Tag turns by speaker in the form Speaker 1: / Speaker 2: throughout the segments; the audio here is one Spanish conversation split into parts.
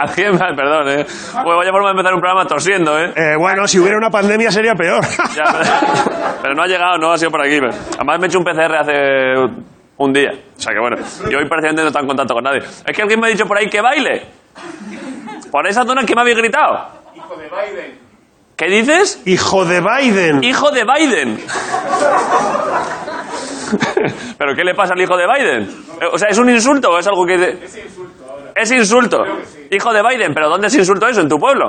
Speaker 1: Hacienda, perdón, ¿eh? Bueno, vaya forma de empezar un programa tosiendo, ¿eh?
Speaker 2: Eh, bueno, si hubiera una pandemia sería peor.
Speaker 1: Ya, pero no ha llegado, no ha sido por aquí. Además me he hecho un PCR hace un día. O sea que bueno, yo hoy prácticamente no estoy en contacto con nadie. Es que alguien me ha dicho por ahí que baile. Por esa zona que me habéis gritado.
Speaker 3: Hijo de Biden.
Speaker 1: ¿Qué dices?
Speaker 2: Hijo de Biden.
Speaker 1: Hijo de Biden. ¿Pero qué le pasa al hijo de Biden? Eh, O sea, ¿es un insulto o es algo que... de-
Speaker 3: Ese insulto ahora.
Speaker 1: Es insulto. Hijo de Biden, pero ¿dónde se insultó eso? ¿En tu pueblo?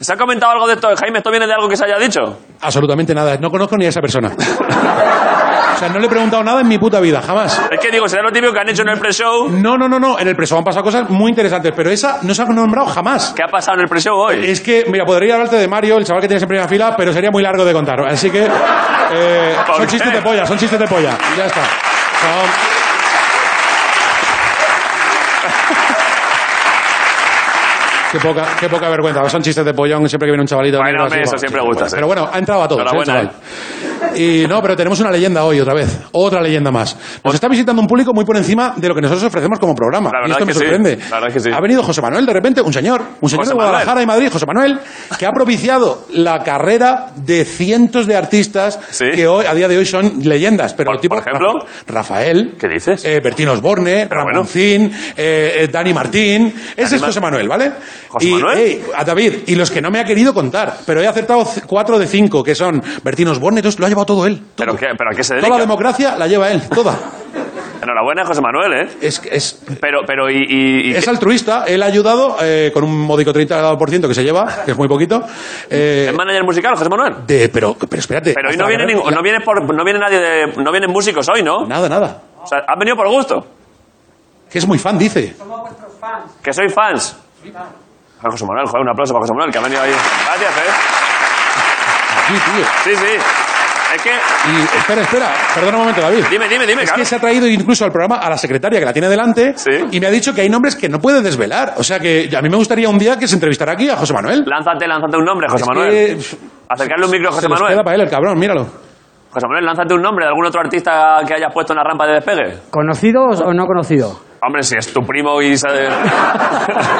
Speaker 1: ¿Se ha comentado algo de esto? Jaime, ¿esto viene de algo que se haya dicho?
Speaker 4: Absolutamente nada. No conozco ni a esa persona. O sea, no le he preguntado nada en mi puta vida, jamás.
Speaker 1: Es que digo, será lo típico que han hecho en el pre-show.
Speaker 4: No, no, no, no. En el preso han pasado cosas muy interesantes, pero esa no se ha nombrado jamás.
Speaker 1: ¿Qué ha pasado en el pre-show hoy?
Speaker 4: Es que, mira, podría hablarte de Mario, el chaval que tienes en primera fila, pero sería muy largo de contar. Así que. eh,
Speaker 1: ¿Por
Speaker 4: son
Speaker 1: qué?
Speaker 4: chistes de polla, son chistes de polla. Y ya está. Son- Qué poca, qué poca vergüenza. Son chistes de pollón siempre que viene un chavalito.
Speaker 1: Bueno,
Speaker 4: negro
Speaker 1: hombre,
Speaker 4: así,
Speaker 1: eso
Speaker 4: bueno,
Speaker 1: siempre
Speaker 4: sí,
Speaker 1: gusta,
Speaker 4: bueno.
Speaker 1: sí.
Speaker 4: Pero bueno, ha entrado a todos. ¿eh,
Speaker 1: Enhorabuena,
Speaker 4: chaval? Y no, pero tenemos una leyenda hoy otra vez. Otra leyenda más. Nos está visitando un público muy por encima de lo que nosotros ofrecemos como programa.
Speaker 1: La
Speaker 4: y
Speaker 1: verdad
Speaker 4: esto
Speaker 1: es
Speaker 4: me
Speaker 1: que sí.
Speaker 4: sorprende.
Speaker 1: La verdad es que sí.
Speaker 4: Ha venido José Manuel de repente, un señor, un señor
Speaker 1: José Manuel.
Speaker 4: de Guadalajara y Madrid, José Manuel, que ha propiciado la carrera de cientos de artistas
Speaker 1: Sí.
Speaker 4: que hoy, a día de hoy son leyendas. Pero
Speaker 1: Por-
Speaker 4: tipo
Speaker 1: por ejemplo.
Speaker 4: Rafael,
Speaker 1: ¿Qué dices?
Speaker 4: eh, Bertín Osborne,
Speaker 1: bueno.
Speaker 4: Ramoncín, eh, eh, Dani Martín. Ese es
Speaker 1: Ma-
Speaker 4: José Manuel, ¿vale?
Speaker 1: ¿José
Speaker 4: Y,
Speaker 1: Manuel?
Speaker 4: ey, a David, y los que no me ha querido contar, pero he acertado c- cuatro de cinco, que son Bertín Osborne, entonces lo ha llevado todo él. todo.
Speaker 1: ¿Pero, qué- pero a qué se
Speaker 4: Toda la
Speaker 1: dedica?
Speaker 4: democracia la lleva él, toda.
Speaker 1: Enhorabuena, José Manuel, ¿eh?
Speaker 4: Es, es,
Speaker 1: Pero, pero, y... y- y-
Speaker 4: es altruista, él ha ayudado eh, con un módico 30% que se lleva, que es muy poquito. eh,
Speaker 1: ¿Es manager musical, José Manuel?
Speaker 4: de, pero, pero espérate.
Speaker 1: Pero hoy
Speaker 4: hasta
Speaker 1: no
Speaker 4: la
Speaker 1: viene,
Speaker 4: carrera-
Speaker 1: ningún- no viene, por, no viene nadie de... No vienen músicos hoy, ¿no?
Speaker 4: Nada, nada.
Speaker 1: O sea, han venido por gusto.
Speaker 4: Que es muy fan, dice.
Speaker 1: Que soy fans. Ah, José Manuel, joder, un aplauso para José Manuel, que ha venido ahí. Gracias, ¿eh?
Speaker 4: Aquí, tío.
Speaker 1: Sí, sí. Es que...
Speaker 4: Y espera, espera, perdona un momento, David.
Speaker 1: Dime, dime, dime,
Speaker 4: Es
Speaker 1: claro.
Speaker 4: que se ha traído incluso al programa a la secretaria que la tiene delante
Speaker 1: Sí.
Speaker 4: y me ha dicho que hay nombres que no puede desvelar. O sea que a mí me gustaría un día que se entrevistara aquí a José Manuel.
Speaker 1: Lánzate, lánzate un nombre, José
Speaker 4: Es
Speaker 1: Manuel.
Speaker 4: que-
Speaker 1: Acercarle un micro a José
Speaker 4: se los
Speaker 1: Manuel.
Speaker 4: queda para él el cabrón, míralo.
Speaker 1: José Manuel, lánzate un nombre de algún otro artista que hayas puesto en la rampa de despegue.
Speaker 5: ¿Conocidos o no conocidos?
Speaker 1: Hombre, si es tu primo y... se-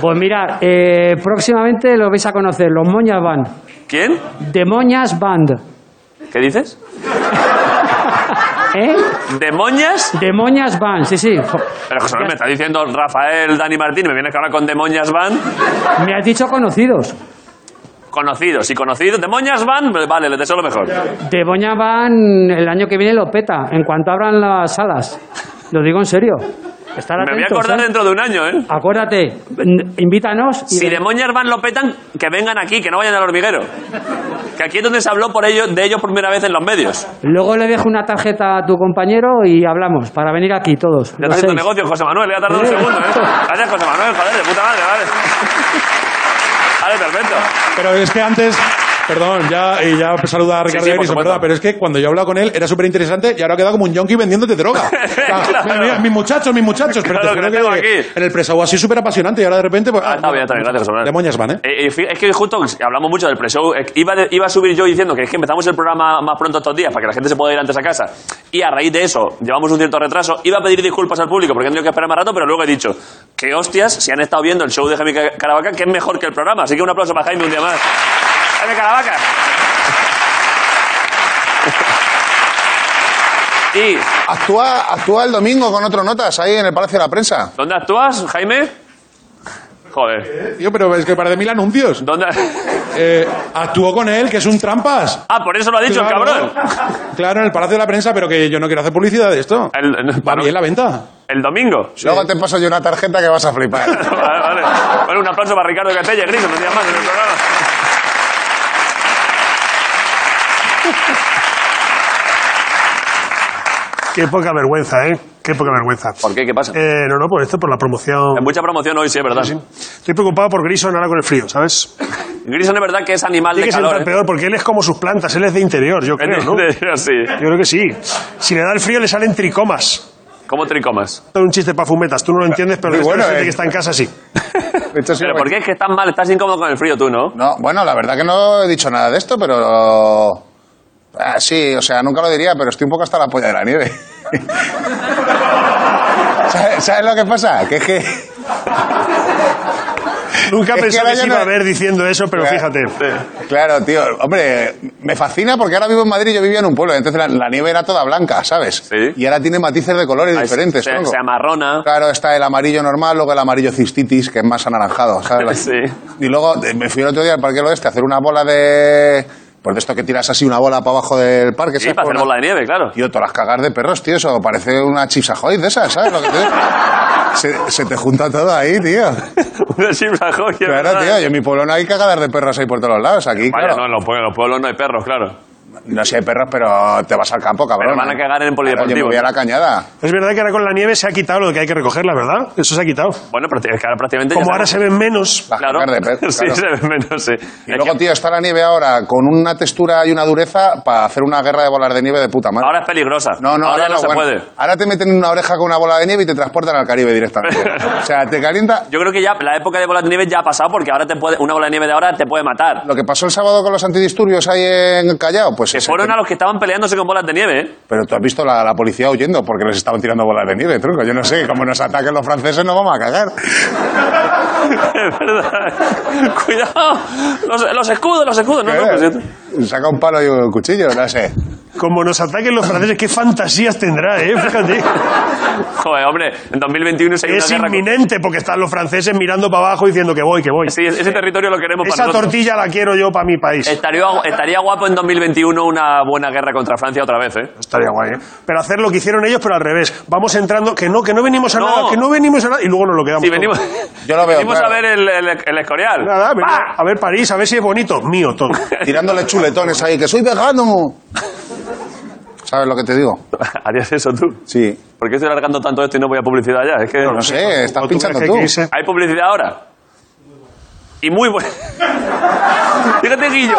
Speaker 5: Pues mira, eh, próximamente lo vais a conocer, los Moñas Band.
Speaker 1: ¿Quién?
Speaker 5: De Moñas Band.
Speaker 1: ¿Qué dices?
Speaker 5: ¿Eh?
Speaker 1: ¿Demoñas?
Speaker 5: De Moñas Band, sí, sí. Jo-
Speaker 1: Pero José Manuel, me está diciendo Rafael, Dani Martín, me vienes que hablar con Demoñas Van.
Speaker 5: Me has dicho conocidos.
Speaker 1: Conocidos y conocidos. Demoñas Van, vale, les deseo lo mejor.
Speaker 5: De Moñas Band el año que viene lo peta, en cuanto abran las salas. Lo digo en serio. Estar
Speaker 1: Me voy a
Speaker 5: atentos,
Speaker 1: acordar
Speaker 5: ¿eh?
Speaker 1: dentro de un año, ¿eh?
Speaker 5: Acuérdate, n- invítanos. y-
Speaker 1: Si Demoñas Van lo petan, que vengan aquí, que no vayan al hormiguero. Que aquí es donde se habló por ello, de ellos por primera vez en los medios.
Speaker 5: Luego le dejo una tarjeta a tu compañero y hablamos, para venir aquí todos.
Speaker 1: Ya
Speaker 5: los
Speaker 1: está haciendo
Speaker 5: seis.
Speaker 1: negocio, José Manuel, ya ha tardado un
Speaker 5: Eh.
Speaker 1: segundo, ¿eh? Gracias, José Manuel, joder, de puta madre, vale. Vale, perfecto.
Speaker 4: Pero es que antes. Perdón, ya, y ya saluda a
Speaker 1: Sí, sí, por
Speaker 4: Ricardo Erickson,
Speaker 1: supuesto.
Speaker 4: ¿verdad? Pero es que cuando yo he hablado con él era súper interesante y ahora ha quedado como un yonki vendiéndote droga. O sea,
Speaker 1: Claro.
Speaker 4: mira, mira, mis muchachos, mis muchachos. Pero
Speaker 1: Claro,
Speaker 4: te
Speaker 1: que
Speaker 4: juro
Speaker 1: lo tengo
Speaker 4: que
Speaker 1: aquí.
Speaker 4: En el presa así súper apasionante y ahora de repente. Pues,
Speaker 1: Ah, está bien, está bien, gracias, José Manuel.
Speaker 4: De moñas van, ¿eh?
Speaker 1: Eh, eh, fi- es que justo hablamos mucho del pre-show. eh, Iba, de- iba a subir yo diciendo que es que empezamos el programa más pronto estos días para que la gente se pueda ir antes a casa. Y a raíz de eso, llevamos un cierto retraso. Iba a pedir disculpas al público porque han tenido que esperar más rato, pero luego he dicho que hostias si han estado viendo el show de Jaime Ca- Caravaca, que es mejor que el programa. Así que un aplauso para Jaime un día más. Jaime Caravaca. ¿Y
Speaker 6: Actúa, actúa el domingo con otro notas ahí en el Palacio de la Prensa.
Speaker 1: dónde actúas, Jaime? Joder.
Speaker 4: Tío, pero es que para de mil anuncios.
Speaker 1: ¿Dónde?
Speaker 4: Eh, actuó con él, que es un trampas.
Speaker 1: Ah, por eso lo ha dicho el cabrón.
Speaker 4: Claro, en el Palacio de la Prensa, pero que yo no quiero hacer publicidad de esto.
Speaker 1: El- el-
Speaker 4: Va bien la venta.
Speaker 1: El domingo.
Speaker 6: Luego te paso yo una tarjeta que vas a flipar.
Speaker 1: vale, vale. Bueno, un aplauso para Ricardo Catella, Gris, un día más en el programa.
Speaker 2: Qué poca vergüenza, ¿eh? Qué poca vergüenza.
Speaker 1: ¿Por qué? ¿Qué pasa?
Speaker 2: Eh, no, no, por esto, por la promoción.
Speaker 1: Hay mucha promoción hoy, sí, es verdad.
Speaker 2: Estoy preocupado por Grison ahora con el frío, ¿sabes?
Speaker 1: Grison es verdad que es animal
Speaker 2: Tiene
Speaker 1: de
Speaker 2: que ser
Speaker 1: calor. ¿eh?
Speaker 2: peor, porque él es como sus plantas, él es de interior, yo creo, ¿no? Yo
Speaker 1: Sí.
Speaker 2: creo que sí. Si le da el frío, le salen tricomas.
Speaker 1: ¿Cómo tricomas?
Speaker 2: Esto es un chiste para fumetas, tú no lo entiendes, pero
Speaker 6: Muy
Speaker 2: la
Speaker 6: bueno,
Speaker 2: gente
Speaker 6: eh.
Speaker 2: que está en casa sí.
Speaker 6: De hecho, sí
Speaker 1: ¿Pero
Speaker 6: lo
Speaker 1: por qué es que estás mal? Estás incómodo con el frío tú, ¿no?
Speaker 6: No, bueno, la verdad que no he dicho nada de esto, pero... Ah, sí, o sea, nunca lo diría, pero estoy un poco hasta la polla de la nieve. ¿Sabes, sabes lo que pasa? Que es que
Speaker 2: Nunca
Speaker 6: Es que
Speaker 2: pensé
Speaker 6: ahora
Speaker 2: que
Speaker 6: ya
Speaker 2: se
Speaker 6: no-
Speaker 2: iba a ver diciendo eso, pero
Speaker 6: Claro.
Speaker 2: fíjate.
Speaker 6: Claro, tío. Hombre, me fascina porque ahora vivo en Madrid y yo vivía en un pueblo. Entonces la, la nieve era toda blanca, ¿sabes?
Speaker 1: Sí.
Speaker 6: Y ahora tiene matices de colores
Speaker 1: Ahí
Speaker 6: diferentes.
Speaker 1: se,
Speaker 6: tronco.
Speaker 1: se amarrona.
Speaker 6: Claro, está el amarillo normal, luego el amarillo cistitis, que es más anaranjado, ¿sabes?
Speaker 1: Sí.
Speaker 6: Y luego eh, me fui el otro día al Parque del Oeste a hacer una bola de... Pues de esto que tiras así una bola para abajo del parque,
Speaker 1: Sí,
Speaker 6: ¿sabes?
Speaker 1: para hacer
Speaker 6: Por una-
Speaker 1: bola de nieve, claro.
Speaker 6: Tío, todas las cagar de perros, tío, eso parece una chips ahoy de esas, ¿sabes? Lo que te digo? se, se te junta todo ahí, tío.
Speaker 1: Una chifla joya,
Speaker 6: Claro,
Speaker 1: ¿verdad?
Speaker 6: tío, yo en mi pueblo no hay cagadas de perros ahí por todos los lados, aquí,
Speaker 1: Vaya,
Speaker 6: claro.
Speaker 1: no, en los, pue- en los pueblos no hay perros, claro.
Speaker 6: No sé, hay perros, pero te vas al campo, cabrón.
Speaker 1: Pero van a cagar en el
Speaker 6: Claro, yo me
Speaker 1: polideportivo.
Speaker 6: voy a la cañada.
Speaker 2: Es verdad que ahora con la nieve se ha quitado lo de que hay que recogerla, ¿verdad? Eso se ha quitado.
Speaker 1: Bueno, prácti- es que ahora prácticamente... ya
Speaker 2: Como
Speaker 1: está-
Speaker 2: ahora se ven menos.
Speaker 6: Las
Speaker 1: Claro,
Speaker 6: cagar de perros,
Speaker 1: sí,
Speaker 6: claro.
Speaker 1: se ve menos, sí.
Speaker 6: Y
Speaker 1: Es
Speaker 6: luego,
Speaker 1: que
Speaker 6: tío, está la nieve ahora con una textura y una dureza para hacer una guerra de bolas de nieve de puta madre.
Speaker 1: Ahora es peligrosa.
Speaker 6: no, no,
Speaker 1: ahora,
Speaker 6: ahora
Speaker 1: no se
Speaker 6: bueno.
Speaker 1: puede.
Speaker 6: Ahora te meten en una oreja con una bola de nieve y te transportan al Caribe directamente. o sea, te calienta.
Speaker 1: Yo creo que ya la época de bola de nieve ya ha pasado porque ahora te puede, una bola de nieve de ahora te puede matar.
Speaker 6: Lo que pasó el sábado con los antidisturbios ahí en Callao, pues.
Speaker 1: Que
Speaker 6: ese
Speaker 1: fueron
Speaker 6: tema.
Speaker 1: a los que estaban peleándose con bolas de nieve, ¿eh?
Speaker 6: Pero tú has visto la, la policía huyendo porque les estaban tirando bolas de nieve, truco. Yo no sé, como nos ataquen los franceses, nos vamos a cagar.
Speaker 1: Es verdad. Cuidado. Los, los escudos, los escudos. No, pues no, pero sí.
Speaker 6: Eh, Saca un palo y un cuchillo, no sé.
Speaker 2: Como nos ataquen los franceses, qué fantasías tendrá, ¿eh? Fíjate.
Speaker 1: Joder, hombre, en 2021 se hay
Speaker 2: Es
Speaker 1: una guerra... con-
Speaker 2: inminente porque están los franceses mirando para abajo diciendo que voy, que voy.
Speaker 1: Sí, ese territorio lo queremos Este para
Speaker 2: Esa
Speaker 1: nosotros. Eh,
Speaker 2: tortilla la quiero yo para mi país.
Speaker 1: Estaría, gu- estaría guapo en 2021 una buena guerra contra Francia otra vez, ¿eh?
Speaker 2: Estaría guay, ¿eh? Pero hacer lo que hicieron ellos, pero al revés. Vamos entrando, que no, que no venimos a
Speaker 1: No.
Speaker 2: nada, que no venimos a nada, y luego nos lo quedamos.
Speaker 1: Si
Speaker 2: todo.
Speaker 1: venimos,
Speaker 6: Yo lo veo,
Speaker 1: venimos
Speaker 6: claro.
Speaker 1: a ver el, el- el Escorial.
Speaker 2: Nada, venid
Speaker 1: ¡Pah!
Speaker 2: a ver París, a ver si es bonito. Mío todo.
Speaker 6: Tirándole chuletones ahí, que soy vegano. ¿Sabes lo que te digo?
Speaker 1: Harías eso tú.
Speaker 6: Sí.
Speaker 1: ¿Por qué estoy alargando tanto esto y no voy a publicidad ya? Es que
Speaker 6: No sé, estás
Speaker 2: ¿O
Speaker 6: pinchando
Speaker 2: crees
Speaker 6: tú.
Speaker 2: que hay que irse?
Speaker 1: hay publicidad ahora. Y muy buena. Fíjate, Guillo.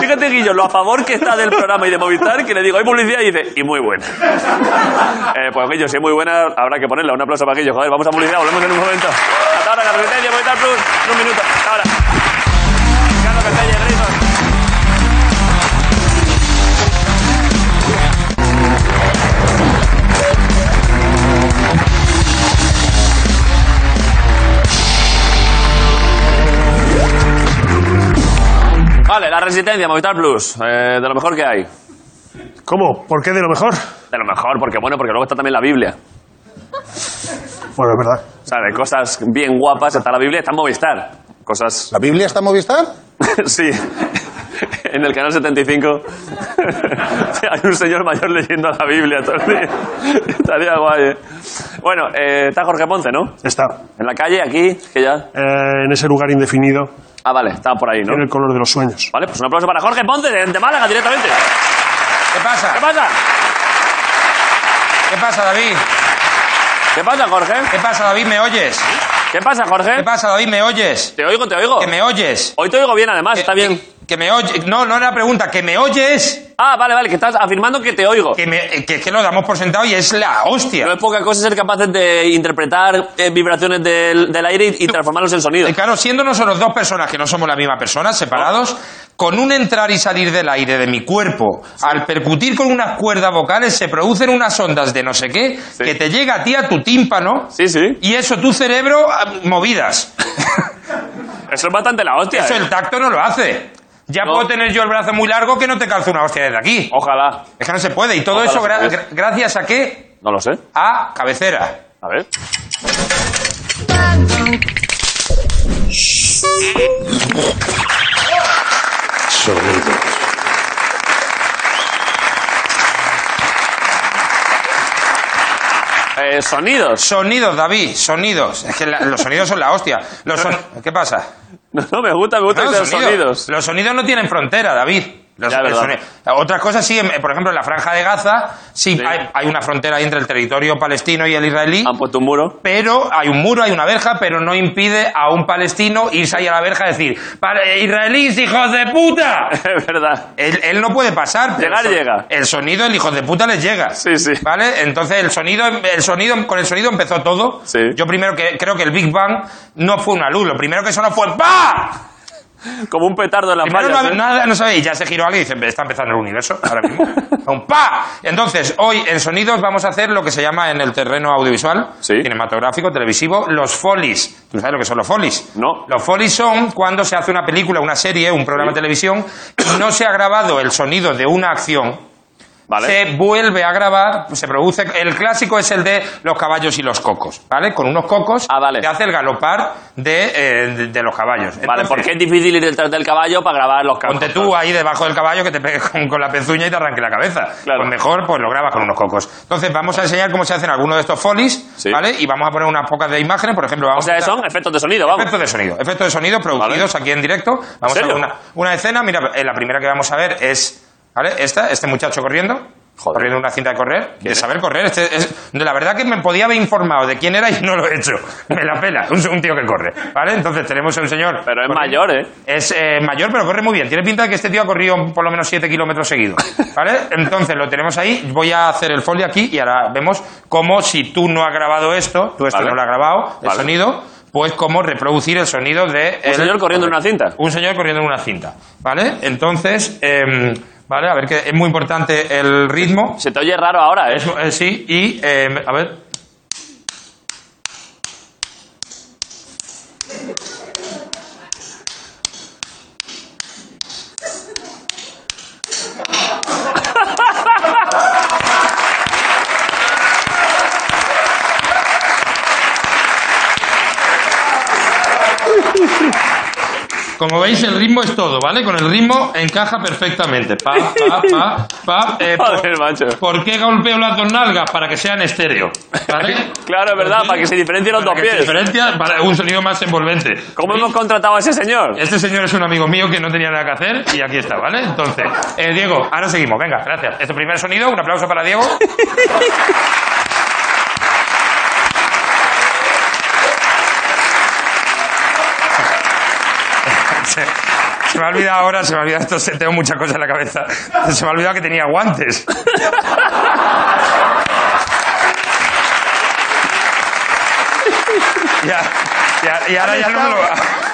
Speaker 1: Fíjate, Guillo, lo a favor que está del programa y de Movistar, que le digo, hay publicidad y dice, y muy buena. Eh, pues, Guillo, si es muy buena, habrá que ponerla. Un aplauso para Guillo. Joder, vamos a publicidad, volvemos en un momento. Hasta ahora, Carlos Castella, Movistar Plus. En un minuto. Hasta ahora. Carlos Castella, Grison. Vale, la resistencia, Movistar Plus. eh, de lo mejor que hay. De
Speaker 2: ¿Cómo? ¿Por qué de lo mejor?
Speaker 1: lo mejor, porque bueno, porque luego está también la Biblia.
Speaker 2: Bueno, es verdad.
Speaker 1: O sea, de cosas bien guapas está la Biblia, está Movistar. Cosas.
Speaker 6: ¿La Biblia está en Movistar?
Speaker 1: sí. En el canal 75 hay un señor mayor leyendo la Biblia todo el día. Estaría guay. eh. Bueno, eh, está Jorge Ponce, ¿no?
Speaker 2: Está.
Speaker 1: En la calle, aquí, que ya.
Speaker 2: Eh, en ese lugar indefinido,
Speaker 1: Ah, vale, está por ahí, ¿no?
Speaker 2: en el color de los sueños.
Speaker 1: Vale, pues un aplauso para Jorge Ponce de de Málaga directamente.
Speaker 6: ¿Qué
Speaker 1: ¿Qué
Speaker 6: pasa?
Speaker 1: pasa?
Speaker 3: ¿Qué pasa, David?
Speaker 1: ¿Qué pasa, Jorge?
Speaker 3: ¿Qué pasa, David? ¿Me oyes?
Speaker 1: ¿Qué pasa,
Speaker 3: ¿Qué
Speaker 1: Jorge?
Speaker 3: pasa, David? ¿Me oyes?
Speaker 1: Te oigo, te oigo.
Speaker 3: ¿Que me oyes?
Speaker 1: Hoy te oigo bien, además,
Speaker 3: Que-
Speaker 1: está bien.
Speaker 3: Que, que me oyes. No, no era pregunta. ¿Que me oyes?
Speaker 1: Ah, vale, vale, que estás afirmando que te oigo.
Speaker 3: Que, me- que, que lo damos por sentado y es la hostia.
Speaker 1: No es poca cosa ser capaces de interpretar eh, vibraciones del, del aire y, y transformarlos en sonido.
Speaker 3: Eh, Claro, siendo nosotros dos personas que no somos la misma persona, separados, con un entrar y salir del aire de mi cuerpo, al percutir con unas cuerdas vocales, se producen unas ondas de no sé qué, que te llega a ti a tu tímpano,
Speaker 1: Sí, sí.
Speaker 3: y eso tu cerebro ah, movidas.
Speaker 1: Eso es bastante la hostia.
Speaker 3: Eso
Speaker 1: eh.
Speaker 3: el tacto no lo hace. Ya
Speaker 1: No.
Speaker 3: puedo tener yo el brazo muy largo que no te calzo una hostia desde aquí.
Speaker 1: Ojalá.
Speaker 3: Es que no se puede. Y todo
Speaker 1: Ojalá
Speaker 3: eso
Speaker 1: se
Speaker 3: gra-
Speaker 1: pudiese.
Speaker 3: gra- gracias a qué?
Speaker 1: No lo sé.
Speaker 3: A cabecera.
Speaker 1: A ver. Eh, sonidos.
Speaker 3: Sonidos, David, sonidos. Es que la- los sonidos son la hostia. Los son- ¿Qué pasa?
Speaker 1: No, no, me gusta, me gusta
Speaker 3: Claro,
Speaker 1: que sean
Speaker 3: sonido.
Speaker 1: sonidos.
Speaker 3: Los sonidos no tienen frontera, David. Los-
Speaker 1: Ya,
Speaker 3: los
Speaker 1: verdad.
Speaker 3: sonidos- Otras cosas sí, en- por ejemplo, en la franja de Gaza, sí,
Speaker 1: Sí.
Speaker 3: Hay, hay una frontera ahí entre el territorio palestino y el israelí,
Speaker 1: Han puesto un muro.
Speaker 3: pero hay un muro, hay una verja, pero no impide a un palestino irse ahí a la verja y decir, "Para- eh, israelíes, hijos de puta.
Speaker 1: Es verdad.
Speaker 3: Él, él no puede pasar. pero
Speaker 1: Llegar
Speaker 3: el son-
Speaker 1: llega.
Speaker 3: El sonido, el hijo de puta les llega.
Speaker 1: Sí, sí.
Speaker 3: ¿Vale? Entonces el sonido, el sonido, con el sonido empezó todo.
Speaker 1: Sí.
Speaker 3: Yo primero que creo que el Big Bang no fue una luz. Lo primero que sonó fue ¡pa!
Speaker 1: Como un petardo en la
Speaker 3: Primero no,
Speaker 1: falla.
Speaker 3: hab-
Speaker 1: ¿eh?
Speaker 3: nada, no sabéis, ya se giró alguien y dice, está empezando el universo ahora mismo. Un pa. Entonces, hoy en Sonidos vamos a hacer lo que se llama en el terreno audiovisual,
Speaker 1: Sí.
Speaker 3: cinematográfico, televisivo, los folies. ¿Tú sabes lo que son los folies?
Speaker 1: No.
Speaker 3: Los folies son cuando se hace una película, una serie, un programa de televisión y no se ha grabado el sonido de una acción.
Speaker 1: Vale.
Speaker 3: Se vuelve a grabar, pues se produce. El clásico es el de los caballos y los cocos, ¿vale? Con unos cocos
Speaker 1: Ah, vale.
Speaker 3: te hace el galopar de, eh, de, de los caballos.
Speaker 1: Vale,
Speaker 3: Entonces,
Speaker 1: porque es difícil ir detrás del caballo para grabar los cocos.
Speaker 3: Ponte tú ahí debajo del caballo que te pegue con, con la pezuña y te arranque la cabeza.
Speaker 1: Claro.
Speaker 3: Pues mejor, pues lo grabas con unos cocos. Entonces, vamos a enseñar cómo se hacen algunos de estos folies,
Speaker 1: Sí.
Speaker 3: ¿vale? Y vamos a poner unas pocas de imágenes, por ejemplo.
Speaker 1: O
Speaker 3: Vamos
Speaker 1: sea,
Speaker 3: a-
Speaker 1: son efectos de sonido, vamos.
Speaker 3: Efectos de sonido. Efectos de sonido producidos aquí en directo. Vamos a
Speaker 1: serio?
Speaker 3: ver una, una escena. Mira, eh, la primera que vamos a ver es. ¿Vale? Esta, este muchacho corriendo. Corriendo una cinta de correr. De
Speaker 1: es?
Speaker 3: saber correr. Este es- de la verdad que me podía haber informado de quién era y no lo he hecho. Me la pela. Un, un tío que corre. ¿Vale? Entonces tenemos a un señor.
Speaker 1: Pero es
Speaker 3: corriendo.
Speaker 1: mayor, ¿eh?
Speaker 3: Es eh, mayor, pero corre muy bien. Tiene pinta de que este tío ha corrido por lo menos 7 kilómetros seguidos. ¿Vale? Entonces lo tenemos ahí. Voy a hacer el folio aquí y ahora vemos cómo si tú no has grabado esto, tú esto
Speaker 1: Vale.
Speaker 3: no lo has grabado, el
Speaker 1: Vale.
Speaker 3: sonido, pues cómo reproducir el sonido de.
Speaker 1: Un
Speaker 3: el-
Speaker 1: señor corriendo en una cinta.
Speaker 3: Un señor corriendo en una cinta. ¿Vale? Entonces, em, ¿vale? A ver que es muy importante el ritmo.
Speaker 1: Se te oye raro ahora, ¿eh?
Speaker 3: Eso, eh, sí, y eh, a ver. Como veis, el ritmo es todo, ¿vale? Con el ritmo encaja perfectamente. Pa, pa, pa, pa. eh, por-
Speaker 1: Joder, macho.
Speaker 3: ¿Por qué golpeo las dos nalgas? Para que sean estéreo. ¿vale?
Speaker 1: Claro, es verdad, para que se diferencien los
Speaker 3: Para
Speaker 1: dos
Speaker 3: que se
Speaker 1: pies.
Speaker 3: diferencia, para un sonido más envolvente.
Speaker 1: ¿Cómo
Speaker 3: ¿Sí?
Speaker 1: hemos contratado a ese señor?
Speaker 3: Este señor es un amigo mío que no tenía nada que hacer y aquí está, ¿vale? Entonces, eh, Diego, ahora seguimos, venga, gracias. Este primer sonido, un aplauso para Diego. se, se me ha olvidado ahora, se me ha olvidado esto, se- tengo muchas cosas en la cabeza. Se me ha olvidado que tenía guantes. Ya, ya- y ahora ya no me lo...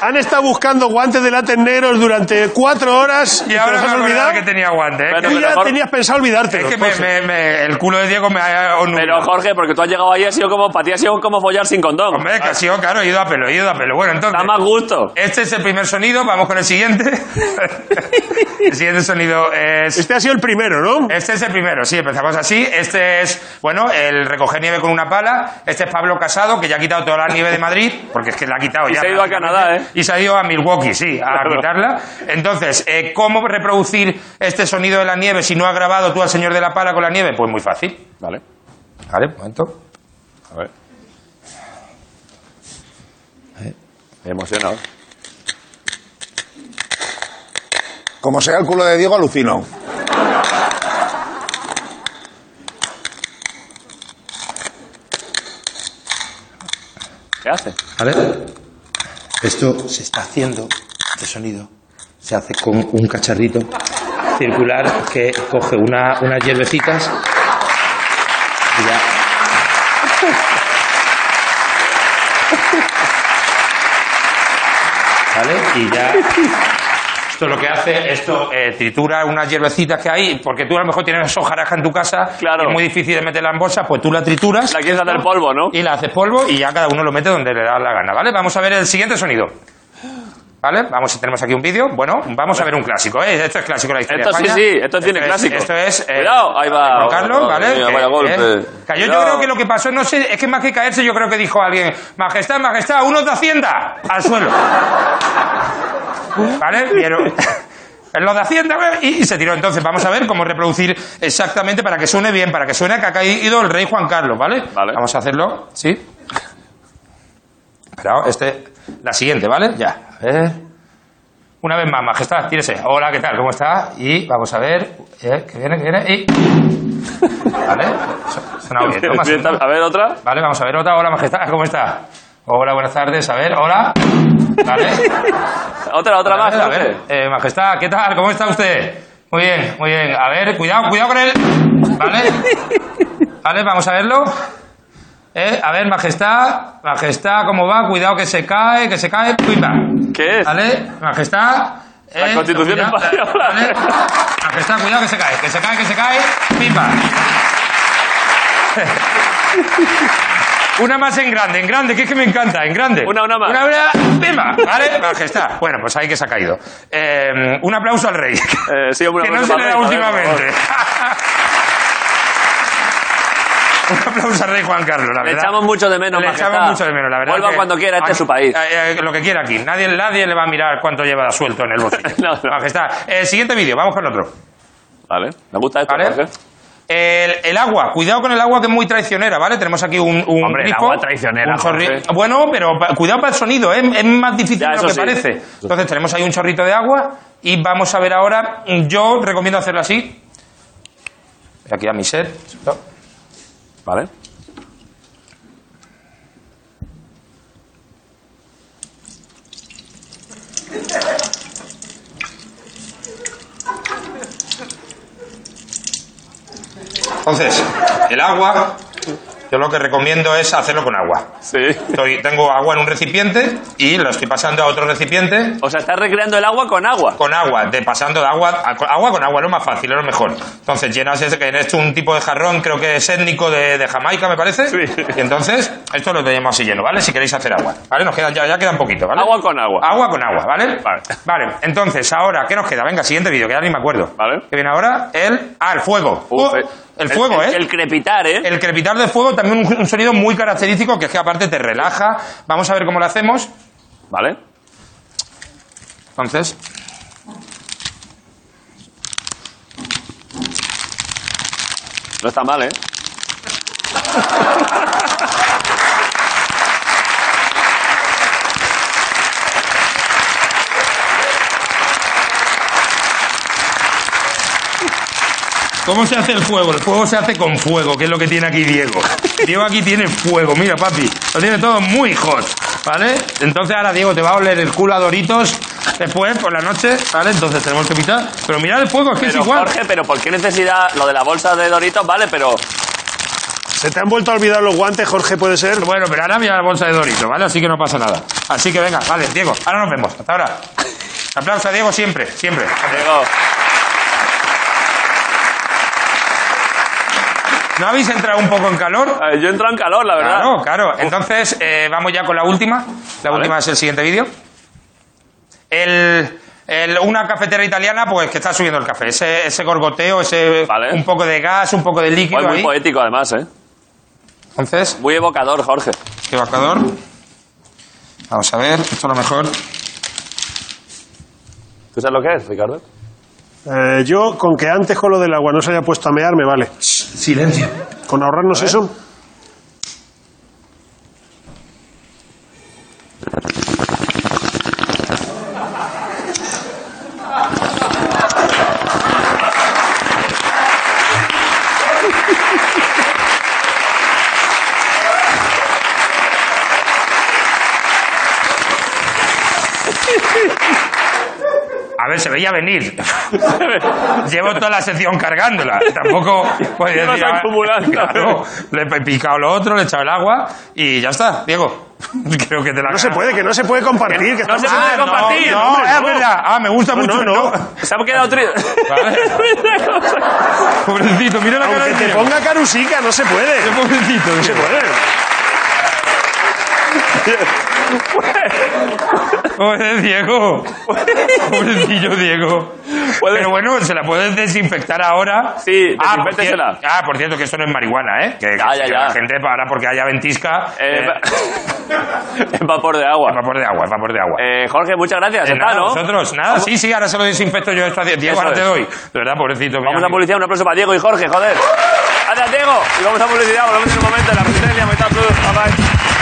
Speaker 2: Han estado buscando guantes de látex negros durante cuatro horas
Speaker 3: Y
Speaker 2: te
Speaker 3: ahora
Speaker 2: los
Speaker 3: me
Speaker 2: has
Speaker 3: acordaba
Speaker 2: olvidado.
Speaker 3: que tenía guante. ¿eh?
Speaker 1: Pero-
Speaker 2: Tú
Speaker 1: que
Speaker 2: ya
Speaker 1: mejor-
Speaker 2: tenías pensado olvidarte.
Speaker 3: es que me- me- me- el culo de Diego me ha
Speaker 1: Pero
Speaker 3: onulado.
Speaker 1: Jorge, porque tú has llegado ahí, ha sido como, para ti ha sido como follar sin condón.
Speaker 3: Hombre, que ha sido claro, he ido a pelo, he ido a pelo. Bueno, entonces,
Speaker 1: Da más gusto.
Speaker 3: este es el primer sonido, vamos con el siguiente. el siguiente sonido es...
Speaker 2: Este ha sido el primero, ¿no?
Speaker 1: Eh.
Speaker 3: Este es el primero, sí, empezamos así. Este es, bueno, el recoger nieve con una pala. Este es Pablo Casado, que ya ha quitado toda la nieve de Madrid, porque es que la ha quitado
Speaker 1: Y
Speaker 3: ya.
Speaker 1: se ha ido a Canadá, ¿eh?
Speaker 3: Y se ha ido a Milwaukee, sí, a
Speaker 1: Claro.
Speaker 3: quitarla. Entonces, eh, ¿cómo reproducir este sonido de la nieve si no has grabado tú al señor de la pala con la nieve? Pues muy fácil.
Speaker 1: Vale.
Speaker 3: Vale, un momento. A ver.
Speaker 1: Me emociona. ¿eh?
Speaker 6: Como sea el culo de Diego, alucino.
Speaker 1: ¿Qué hace?
Speaker 7: ¿Vale? Esto se está haciendo, este sonido, se hace con un cacharrito circular que coge una, unas hierbecitas y ya. ¿Vale? Y ya.
Speaker 3: Esto lo que hace, esto eh, tritura unas hierbecitas que hay, porque tú a lo mejor tienes hojarasca en tu casa,
Speaker 1: Claro.
Speaker 3: y es muy difícil de meterla en bolsa, pues tú la trituras
Speaker 1: La quieres hacer polvo, ¿no?
Speaker 3: y la haces polvo y ya cada uno lo mete donde le da la gana, ¿vale? Vamos a ver el siguiente sonido. ¿Vale? Vamos, tenemos aquí un vídeo. Bueno, vamos a ver un clásico, ¿eh? Esto es clásico de la historia.
Speaker 1: Esto
Speaker 3: de
Speaker 1: sí,
Speaker 3: España.
Speaker 1: sí, esto es cine clásico.
Speaker 3: Esto es. eh,
Speaker 1: Cuidado, ahí va.
Speaker 3: Juan Carlos,
Speaker 1: Madre
Speaker 3: ¿vale?
Speaker 1: mía,
Speaker 3: Que-
Speaker 1: vaya
Speaker 3: eh,
Speaker 1: golpe.
Speaker 3: cayó. Yo
Speaker 1: Cuidado.
Speaker 3: creo que lo que pasó, no sé, es que más que caerse, yo creo que dijo alguien: Majestad, majestad, unos de Hacienda, al suelo. ¿Vale? Vieron. En los de Hacienda ¿vale? y, y se tiró. Entonces, vamos a ver cómo reproducir exactamente para que suene bien, para que suene que ha caído el rey Juan Carlos, ¿vale?
Speaker 1: Vale.
Speaker 3: Vamos a hacerlo, ¿sí? Espera, este, la siguiente, ¿vale? Ya. A ver. Una vez más, majestad, tírese. Hola, ¿qué tal? ¿Cómo está? Y vamos a ver. eh, que viene, que viene. Y. ¿Vale? Su- Sonado bien. ¿no? Más o menos.
Speaker 1: A ver, otra.
Speaker 3: Vale, vamos a ver otra. Hola, majestad, ¿cómo está? Hola, buenas tardes. A ver, hola. Vale.
Speaker 1: Otra, otra más.
Speaker 3: A ver, a
Speaker 1: Jorge.
Speaker 3: ver. Eh, majestad, ¿qué tal? ¿Cómo está usted? Muy bien, muy bien. A ver, cuidado, cuidado con él. ¿Vale? ¿Vale? Vamos a verlo. Eh, a ver, majestad, majestad, ¿cómo va? Cuidado que se cae, que se cae, pimba.
Speaker 1: ¿Qué es?
Speaker 3: ¿Vale? Majestad. eh,
Speaker 1: La Constitución Española.
Speaker 3: ¿vale? Majestad, cuidado que se cae, que se cae, que se cae, pimba. Una más en grande, en grande, que es que me encanta, en grande.
Speaker 1: Una, una más.
Speaker 3: Una, una, pimba, ¿vale? Majestad. Bueno, pues ahí que se ha caído. Eh, un aplauso al rey.
Speaker 1: Eh, sí, hombre,
Speaker 3: que
Speaker 1: una
Speaker 3: no
Speaker 1: cosa
Speaker 3: se le
Speaker 1: para
Speaker 3: da
Speaker 1: mí, a ver, por
Speaker 3: últimamente.
Speaker 1: favor.
Speaker 3: Un aplauso al rey Juan Carlos, la
Speaker 1: Le
Speaker 3: verdad.
Speaker 1: echamos mucho de menos,
Speaker 3: Le
Speaker 1: majestad.
Speaker 3: echamos mucho de menos, la verdad.
Speaker 1: Vuelva
Speaker 3: que-
Speaker 1: cuando quiera, este
Speaker 3: Ay,
Speaker 1: es su país.
Speaker 3: eh, eh, lo que quiera aquí. Nadie, nadie le va a mirar cuánto lleva suelto en el bolsillo.
Speaker 1: No, no.
Speaker 3: Majestad. Eh, siguiente vídeo, vamos con otro.
Speaker 1: Vale, me gusta esto,
Speaker 3: ¿Vale?
Speaker 1: Jorge.
Speaker 3: El, el agua, cuidado con el agua que es muy traicionera, ¿vale? Tenemos aquí un, un
Speaker 1: Hombre, el
Speaker 3: grifo,
Speaker 1: agua traicionera,
Speaker 3: un chorri-
Speaker 1: Jorge.
Speaker 3: Bueno, pero pa- cuidado para el sonido, ¿eh? es más difícil
Speaker 1: Ya,
Speaker 3: de lo
Speaker 1: eso
Speaker 3: que
Speaker 1: sí.
Speaker 3: parece. Entonces tenemos ahí un chorrito de agua y vamos a ver ahora, yo recomiendo hacerlo así. Aquí a mi set.
Speaker 1: Vale.
Speaker 3: Entonces, el agua, yo lo que recomiendo es hacerlo con agua.
Speaker 1: Sí.
Speaker 3: Estoy- tengo agua en un recipiente y lo estoy pasando a otro recipiente
Speaker 1: O sea, estás recreando el agua con agua.
Speaker 3: con agua, de pasando de agua, a- con- agua con agua, es lo más fácil, es lo mejor. Entonces llenas ese, que en esto un tipo de jarrón, creo que es étnico de, de Jamaica, me parece.
Speaker 1: Sí.
Speaker 3: Y entonces, esto lo tenemos así lleno, ¿vale? Si queréis hacer agua, ¿vale? Nos queda, ya, ya queda un poquito, ¿vale?
Speaker 1: Agua con agua.
Speaker 3: Agua con agua, ¿vale?
Speaker 1: Vale.
Speaker 3: Vale, entonces, ahora, ¿qué nos queda? Venga, siguiente vídeo, que ya ni me acuerdo.
Speaker 1: Vale.
Speaker 3: Que viene ahora el... Ah, el fuego.
Speaker 1: Uf,
Speaker 3: Uh,
Speaker 1: eh.
Speaker 3: el fuego, ¿eh?
Speaker 1: El crepitar, ¿eh?
Speaker 3: El crepitar del fuego también un, un sonido muy característico que es que aparte te relaja. Vamos a ver cómo lo hacemos.
Speaker 1: Vale.
Speaker 3: Entonces.
Speaker 1: No está mal, ¿eh?
Speaker 3: ¿Cómo se hace el fuego? El fuego se hace con fuego, que es lo que tiene aquí Diego. Diego aquí tiene fuego, mira papi, lo tiene todo muy hot, ¿vale? Entonces ahora Diego te va a oler el culo a Doritos después por la noche, ¿vale? Entonces tenemos que pitar. Pero mirad el fuego, es que
Speaker 1: Pero,
Speaker 3: es igual.
Speaker 1: Jorge, pero ¿por qué necesidad lo de la bolsa de Doritos? Vale, pero...
Speaker 2: Se te han vuelto a olvidar los guantes, Jorge, puede ser.
Speaker 3: Bueno, pero ahora mira la bolsa de Doritos, ¿vale? Así que no pasa nada. Así que venga, vale, Diego, ahora nos vemos. Hasta ahora. Aplauso a Diego siempre, siempre.
Speaker 1: Diego,
Speaker 3: ¿No habéis entrado un poco en calor?
Speaker 1: eh, yo he entrado en calor, la verdad.
Speaker 3: Claro, claro. Entonces, eh, vamos ya con la última. La
Speaker 1: Vale.
Speaker 3: última es el siguiente vídeo. El, el- una cafetera italiana, pues que está subiendo el café. Ese, ese gorgoteo, ese
Speaker 1: Vale.
Speaker 3: un poco de gas, un poco de líquido
Speaker 1: Hoy muy
Speaker 3: ahí.
Speaker 1: poético, además, ¿eh?
Speaker 3: Entonces,
Speaker 1: Muy evocador, Jorge.
Speaker 3: evacador. Vamos a ver, esto es lo mejor.
Speaker 1: ¿Tú sabes lo que es, Ricardo?
Speaker 2: Eh, yo, con que antes con lo del agua no se haya puesto a mear, me vale.
Speaker 7: Silencio.
Speaker 2: Con ahorrarnos eso.
Speaker 3: A ver, se veía venir. Llevo toda la sección cargándola. Tampoco puedes
Speaker 1: Ibas
Speaker 3: decir, ah,
Speaker 1: acumulando.
Speaker 3: Claro, le he picado lo otro, le he echado el agua y ya está, Diego. Creo que te la
Speaker 2: No se
Speaker 3: ganas.
Speaker 2: puede, que no se puede compartir. Que
Speaker 1: No se
Speaker 2: estamos-
Speaker 1: puede
Speaker 3: Ah, no,
Speaker 1: compartir.
Speaker 3: No,
Speaker 2: hombre,
Speaker 3: es
Speaker 2: no.
Speaker 3: verdad. Ah, me gusta
Speaker 2: No,
Speaker 3: mucho.
Speaker 2: no, no.
Speaker 1: Se ha quedado tri...
Speaker 3: Vale. Pobrecito, mira la
Speaker 2: Ah,
Speaker 3: cara
Speaker 2: Aunque
Speaker 3: de
Speaker 2: te
Speaker 3: Diego.
Speaker 2: ponga carusica, no se puede.
Speaker 3: Qué Pobrecito,
Speaker 2: No se
Speaker 3: Diego.
Speaker 2: puede.
Speaker 3: Pobre Diego. Pobrecillo Diego.
Speaker 1: Puede-
Speaker 3: Pero bueno, se la puedes desinfectar ahora.
Speaker 1: Sí,
Speaker 3: Ah, por
Speaker 1: desinféctesela.
Speaker 3: cier- Ah, por cierto, que esto no es marihuana, ¿eh? Que,
Speaker 1: Ya,
Speaker 3: que-
Speaker 1: ya,
Speaker 3: que
Speaker 1: ya.
Speaker 3: la gente ahora porque haya ventisca.
Speaker 1: Eh,
Speaker 3: eh,
Speaker 1: va- es vapor de agua.
Speaker 3: vapor de agua, vapor de agua.
Speaker 1: Eh, Jorge, muchas gracias.
Speaker 3: Eh,
Speaker 1: Está,
Speaker 3: nada,
Speaker 1: ¿no?
Speaker 3: vosotros, nada, sí, sí, ahora se lo desinfecto yo esto a Diego. Diego,
Speaker 1: Eso
Speaker 3: ahora te
Speaker 1: es.
Speaker 3: doy. De verdad, pobrecito. mi
Speaker 1: Vamos a
Speaker 3: amigo.
Speaker 1: publicidad, un aplauso para Diego y Jorge, joder. Gracias, Diego. Y vamos a publicidad, volvemos en un momento en la resistencia, Metal Plus. Bye, bye.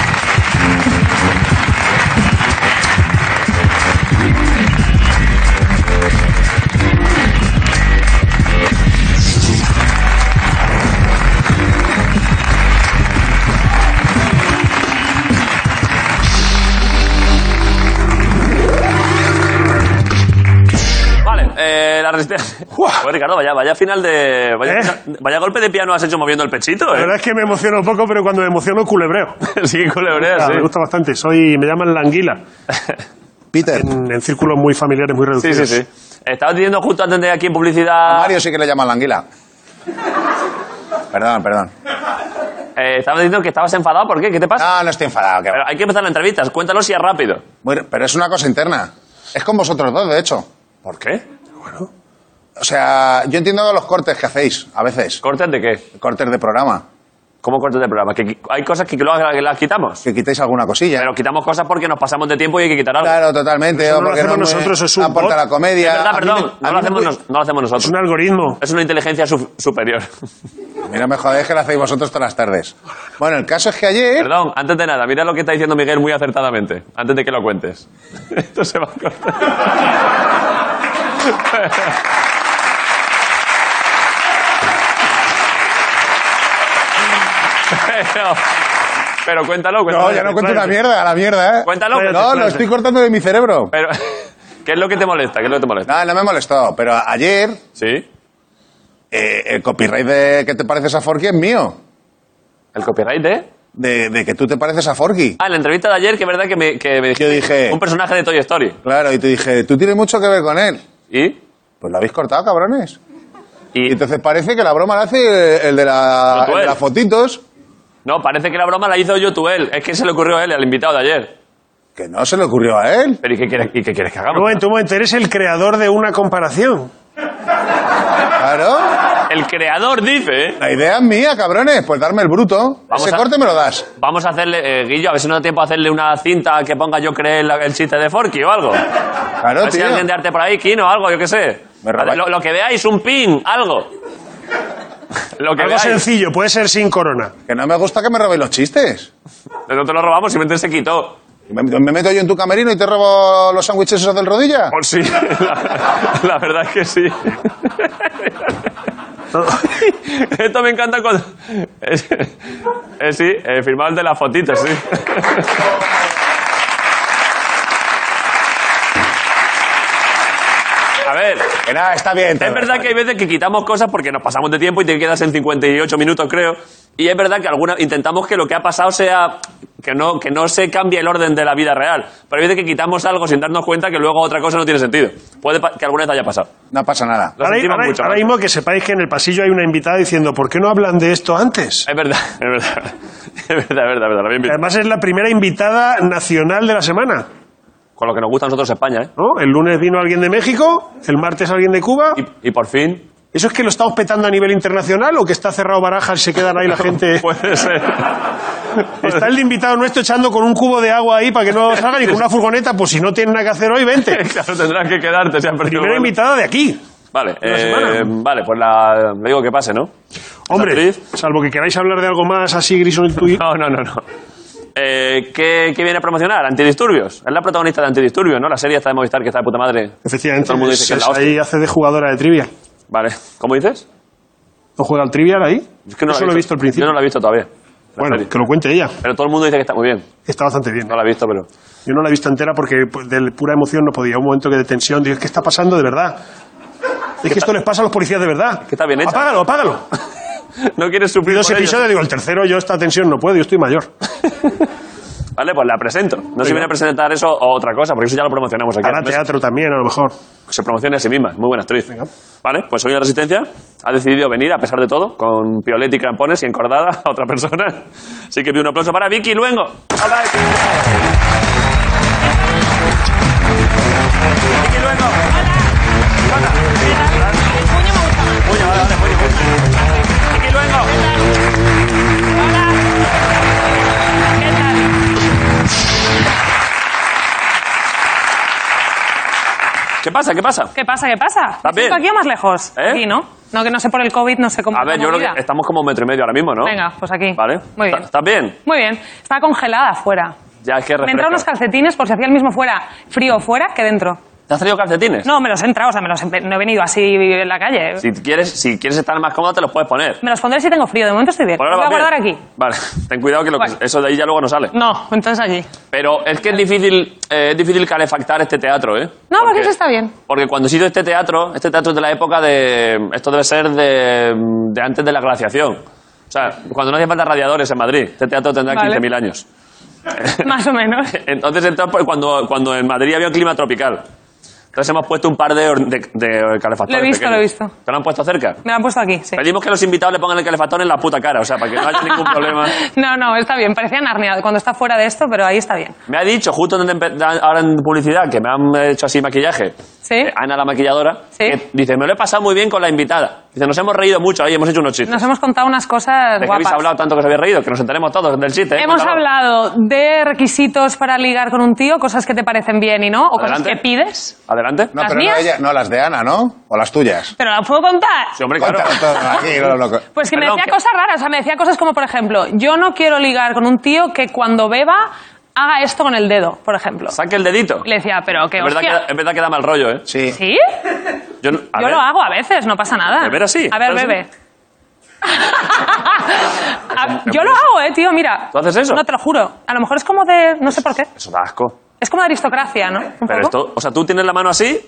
Speaker 1: Vale, eh, la final. de este- Joder, Ricardo, vaya, vaya final de. Vaya,
Speaker 2: ¿Eh?
Speaker 1: final- vaya golpe de piano has hecho moviendo el pechito,
Speaker 2: La verdad
Speaker 1: ¿eh?
Speaker 2: es que me emociono un poco, pero cuando me emociono culebreo.
Speaker 1: sí, culebrea,
Speaker 2: Ah,
Speaker 1: sí.
Speaker 2: Me gusta bastante. Soy, me llaman la anguila.
Speaker 6: Peter.
Speaker 2: En, en círculos muy familiares, muy
Speaker 1: Sí,
Speaker 2: reducidos.
Speaker 1: sí, sí. Estabas diciendo justo antes de aquí en publicidad.
Speaker 6: A Mario sí que le llaman la anguila. Perdón, perdón.
Speaker 1: eh, estabas diciendo que estabas enfadado, ¿por qué? ¿Qué te pasa?
Speaker 6: No, no estoy enfadado. que va.
Speaker 1: Pero hay que empezar la entrevista, cuéntalo si es rápido.
Speaker 6: Muy r- pero es una cosa interna. Es con vosotros dos, de hecho.
Speaker 1: ¿Por qué?
Speaker 6: O sea, yo entiendo los cortes que hacéis a veces.
Speaker 1: ¿Cortes de qué?
Speaker 6: Cortes de programa.
Speaker 1: ¿Cómo cortes de programa? Que qui- hay cosas que luego las- las quitamos.
Speaker 6: Que quitéis alguna cosilla.
Speaker 1: Pero quitamos cosas porque nos pasamos de tiempo y hay que quitar algo.
Speaker 6: Claro, totalmente.
Speaker 2: Eso
Speaker 6: o
Speaker 2: no lo
Speaker 6: porque
Speaker 2: hacemos
Speaker 6: me
Speaker 2: nosotros, es un
Speaker 6: aporta
Speaker 2: bot.
Speaker 6: la comedia.
Speaker 1: Es verdad,
Speaker 6: A mí
Speaker 1: perdón,
Speaker 6: me- a
Speaker 1: no,
Speaker 6: mí
Speaker 1: lo
Speaker 6: me
Speaker 1: hacemos
Speaker 6: cu-
Speaker 1: nos- no lo hacemos
Speaker 2: Es
Speaker 1: nosotros.
Speaker 2: un algoritmo.
Speaker 1: Es una inteligencia su- superior.
Speaker 6: Mira, me jodéis que la hacéis vosotros todas las tardes. Bueno, el caso es que ayer...
Speaker 1: Perdón, antes de nada, mira lo que está diciendo Miguel muy acertadamente, antes de que lo cuentes. Esto se va a cortar. pero, pero cuéntalo, cuéntalo.
Speaker 6: No, ya no cuento una mierda, a la mierda, ¿eh?
Speaker 1: Cuéntalo, cuéntalo,
Speaker 6: No, lo
Speaker 1: cuéntalo.
Speaker 6: estoy cortando de mi cerebro.
Speaker 1: Pero, ¿qué es lo que te molesta? ¿Qué es lo que te molesta?
Speaker 6: No, no me molestó. Pero ayer,
Speaker 1: ¿Sí?
Speaker 6: eh, el copyright de ¿Qué te pareces a Forky? es mío.
Speaker 1: ¿El copyright de...?
Speaker 6: De, de que tú te pareces a Forky.
Speaker 1: Ah, en la entrevista de ayer, que es verdad que me, que me dijiste
Speaker 6: Yo dije-
Speaker 1: un personaje de Toy Story.
Speaker 6: Claro, y te dije, tú tienes mucho que ver con él.
Speaker 1: ¿Y?
Speaker 6: Pues lo habéis cortado, cabrones. Y
Speaker 1: ¿Y?
Speaker 6: entonces parece que la broma la hace el, el de, la,
Speaker 1: No, tú
Speaker 6: el de
Speaker 1: eres.
Speaker 6: las fotitos.
Speaker 1: No, parece que la broma la hizo yo tú él. Es que se le ocurrió a él, al invitado de ayer.
Speaker 6: Que no se le ocurrió a él.
Speaker 1: ¿Pero y qué quieres, y qué quieres que
Speaker 2: Un
Speaker 1: hagamos?
Speaker 2: momento, un momento. Eres el creador de una comparación.
Speaker 6: Claro.
Speaker 1: El creador dice... ¿eh?
Speaker 6: La idea es mía, cabrones. Pues darme el bruto.
Speaker 1: Vamos
Speaker 6: Ese
Speaker 1: a-
Speaker 6: corte me lo das.
Speaker 1: Vamos a hacerle, eh, Guillo, a ver si no da tiempo a hacerle una cinta que ponga yo creo el, el chiste de Forky o algo. a
Speaker 6: Claro,
Speaker 1: ver si
Speaker 6: tío.
Speaker 1: alguien de arte por ahí, Kino, algo, yo qué sé.
Speaker 6: Me robáis-
Speaker 1: Lo, lo que veáis, un pin, algo. Lo que
Speaker 2: Algo
Speaker 1: veáis.
Speaker 2: sencillo, puede ser sin corona.
Speaker 6: Que no me gusta que me robéis los chistes.
Speaker 1: No te lo robamos, simplemente se quitó.
Speaker 6: Me, me meto yo en tu camerino y te robo los sándwiches esos del rodilla.
Speaker 1: Pues sí, la, la verdad es que sí. Esto me encanta cuando... Es, es sí, eh, firmado el de las fotitos, sí. A ver,
Speaker 6: Que nada, está bien. todo.
Speaker 1: es verdad que hay veces que quitamos cosas porque nos pasamos de tiempo y te quedas en 58 minutos, creo. Y es verdad que alguna, intentamos que lo que ha pasado sea que no, que no se cambie el orden de la vida real. Pero hay veces que quitamos algo sin darnos cuenta que luego otra cosa no tiene sentido. Puede pa- que alguna vez haya pasado.
Speaker 6: No pasa nada.
Speaker 1: Lo
Speaker 2: Ahora,
Speaker 1: sentimos
Speaker 2: ahora-
Speaker 1: mucho,
Speaker 2: ahora
Speaker 1: Mario.
Speaker 2: mismo que sepáis que en el pasillo hay una invitada diciendo, ¿por qué no hablan de esto antes?
Speaker 1: Es verdad, es verdad. Es verdad, es verdad. es verdad. Bien, bien.
Speaker 2: Además es la primera invitada nacional de la semana.
Speaker 1: Con lo que nos gusta a nosotros España, ¿eh?
Speaker 2: ¿no? El lunes vino alguien de México, el martes alguien de Cuba.
Speaker 1: Y, y por fin.
Speaker 2: ¿Eso es que lo estamos petando a nivel internacional o que está cerrado barajas y se quedan ahí la gente?
Speaker 1: Puede ser.
Speaker 2: Está el invitado nuestro echando con un cubo de agua ahí para que no salgan y con una furgoneta, pues si no tienen nada que hacer hoy, vente.
Speaker 1: claro, tendrás que quedarte. Se han perdido
Speaker 2: Primera
Speaker 1: el vuelo.
Speaker 2: invitada de aquí.
Speaker 1: Vale,
Speaker 2: la
Speaker 1: eh,
Speaker 2: semana.
Speaker 1: vale, pues la, le digo que pase, ¿no?
Speaker 2: Hombre,
Speaker 1: Actriz.
Speaker 2: salvo que queráis hablar de algo más así, Grison, y tuyo.
Speaker 1: No, no, no, no. Eh, ¿qué, qué viene a promocionar? Antidisturbios. Es la protagonista de Antidisturbios, ¿no? La serie esta de Movistar que está de puta madre.
Speaker 2: Efectivamente,
Speaker 1: Todo el mundo dice que es la
Speaker 2: es-
Speaker 1: hostia.
Speaker 2: ahí hace de jugadora de trivia.
Speaker 1: Vale. ¿Cómo dices?
Speaker 2: ¿No juega al trivial ahí?
Speaker 1: Es que no la
Speaker 2: Eso lo he visto al principio.
Speaker 1: Yo no la he visto todavía. la
Speaker 2: bueno,
Speaker 1: serie.
Speaker 2: que lo cuente ella.
Speaker 1: Pero todo el mundo dice que está muy bien.
Speaker 2: Está bastante bien.
Speaker 1: No la he visto, pero...
Speaker 2: Yo no la he visto entera porque pues, de pura emoción no podía. Un momento que de tensión, digo, ¿qué está pasando de verdad? Es que esto les pasa a los policías de verdad.
Speaker 1: que está bien hecha.
Speaker 2: Apágalo, apágalo.
Speaker 1: No quieres suplir
Speaker 2: Dos
Speaker 1: por ello.
Speaker 2: episodios, digo, el tercero, yo esta tensión no puedo, yo estoy mayor.
Speaker 1: Vale, pues la presento. No se viene a presentar eso o otra cosa, porque eso ya lo promocionamos aquí.
Speaker 2: Hará
Speaker 1: Además,
Speaker 2: teatro también, a lo mejor.
Speaker 1: se promociona a sí misma, es muy buena actriz. Vale, pues hoy la Resistencia ha decidido venir, a pesar de todo, con Pioletti, crampones y encordada a otra persona. Así que pido un aplauso para Vicky Luengo. Hola, Vicky. Vicky Luengo. Hola. Puño, vale, vale, puño, puño. Vicky Luengo. ¿Qué pasa? ¿Qué pasa?
Speaker 8: ¿Qué pasa? ¿Qué pasa?
Speaker 1: Está bien.
Speaker 8: ¿Esto aquí o más lejos?
Speaker 1: ¿Eh?
Speaker 8: Aquí, ¿no? No, que no sé por el COVID, no sé cómo.
Speaker 1: A ver, yo
Speaker 8: cómo
Speaker 1: creo
Speaker 8: irá.
Speaker 1: que estamos como un metro y medio ahora mismo, ¿no?
Speaker 8: Venga, pues aquí.
Speaker 1: Vale.
Speaker 8: Muy
Speaker 1: ¿Está-
Speaker 8: bien.
Speaker 1: ¿Estás bien?
Speaker 8: Muy bien. Estaba congelada afuera.
Speaker 1: Ya es que
Speaker 8: Me entraron unos
Speaker 1: refresca.
Speaker 8: calcetines por si hacía el mismo fuera. Frío fuera que dentro.
Speaker 1: ¿Te has traído calcetines?
Speaker 8: No, me los he entrado, o sea, me los he- no he venido así en la calle.
Speaker 1: Si quieres, si quieres estar más cómodo, te los puedes poner.
Speaker 8: Me los pondré si tengo frío. De momento estoy bien.
Speaker 1: Ponlo
Speaker 8: Los voy a
Speaker 1: en papel.
Speaker 8: guardar aquí.
Speaker 1: Vale, ten cuidado que, lo que-
Speaker 8: Vale.
Speaker 1: eso de ahí ya luego no sale.
Speaker 8: No, entonces allí.
Speaker 1: Pero es que es difícil, eh, es difícil calefactar este teatro, ¿eh?
Speaker 8: No, porque eso está bien.
Speaker 1: Porque cuando se hizo este teatro, este teatro es de la época de... Esto debe ser de, de antes de la glaciación. O sea, cuando no hacía falta radiadores en Madrid. Este teatro tendrá
Speaker 8: Vale.
Speaker 1: 15.000 años.
Speaker 8: Más o menos.
Speaker 1: Entonces, entonces, pues, cuando, cuando en Madrid había un clima tropical. Entonces hemos puesto un par de, hor- de, de calefactores.
Speaker 8: Lo he visto,
Speaker 1: pequeños.
Speaker 8: lo he visto.
Speaker 1: ¿Te lo han puesto cerca?
Speaker 8: Me lo han puesto aquí, sí.
Speaker 1: Pedimos que los invitados le pongan el calefactor en la puta cara, o sea, para que no haya ningún problema.
Speaker 8: No, no, está bien. Parecía Narnia cuando está fuera de esto, pero ahí está bien.
Speaker 1: Me ha dicho, justo antes de empe- ahora en publicidad, que me han hecho así maquillaje.
Speaker 8: Sí.
Speaker 1: Eh, Ana, la maquilladora.
Speaker 8: Sí.
Speaker 1: que dice, me lo he pasado muy bien con la invitada. Dice, nos hemos reído mucho ahí, hemos hecho unos chistes.
Speaker 8: Nos hemos contado unas cosas
Speaker 1: ¿De qué habéis
Speaker 8: guapas.
Speaker 1: hablado tanto que os habéis reído? Que nos enteremos todos del chiste. ¿eh?
Speaker 8: Hemos
Speaker 1: Contadlo.
Speaker 8: hablado de requisitos para ligar con un tío, cosas que te parecen bien y no, o cosas
Speaker 1: Adelante.
Speaker 8: que pides.
Speaker 1: Adelante.
Speaker 6: No,
Speaker 8: ¿Las
Speaker 6: pero no,
Speaker 8: mías?
Speaker 6: ella, no, las de Ana, ¿no? O las tuyas.
Speaker 8: Pero la puedo contar.
Speaker 1: Sí, hombre, claro.
Speaker 6: Cuéntalo todo aquí, lo loco.
Speaker 8: Pues que
Speaker 1: Perdón,
Speaker 8: me decía
Speaker 1: que-
Speaker 8: cosas raras, o sea, me decía cosas como, por ejemplo, yo no quiero ligar con un tío que cuando beba haga esto con el dedo, por ejemplo.
Speaker 1: Saque el dedito.
Speaker 8: Y le decía, pero que
Speaker 1: Es verdad que,
Speaker 8: hostia.
Speaker 1: da- es verdad que da mal rollo, ¿eh?
Speaker 6: Sí.
Speaker 8: ¿Sí?
Speaker 1: Yo, no- a
Speaker 8: yo
Speaker 1: ver,
Speaker 8: lo hago a veces, no pasa nada.
Speaker 1: ¿De veras sí?
Speaker 8: A ver,
Speaker 1: ¿Estás
Speaker 8: bebe. A- yo lo
Speaker 1: es-
Speaker 8: hago, eh, tío, mira.
Speaker 1: ¿Tú haces eso?
Speaker 8: No te lo juro. A lo mejor es como de. No sé por qué.
Speaker 1: Eso da asco.
Speaker 8: Es como de aristocracia, ¿no? Un
Speaker 1: Pero
Speaker 8: poco.
Speaker 1: esto, o sea, tú tienes la mano así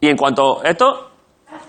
Speaker 1: y en cuanto esto,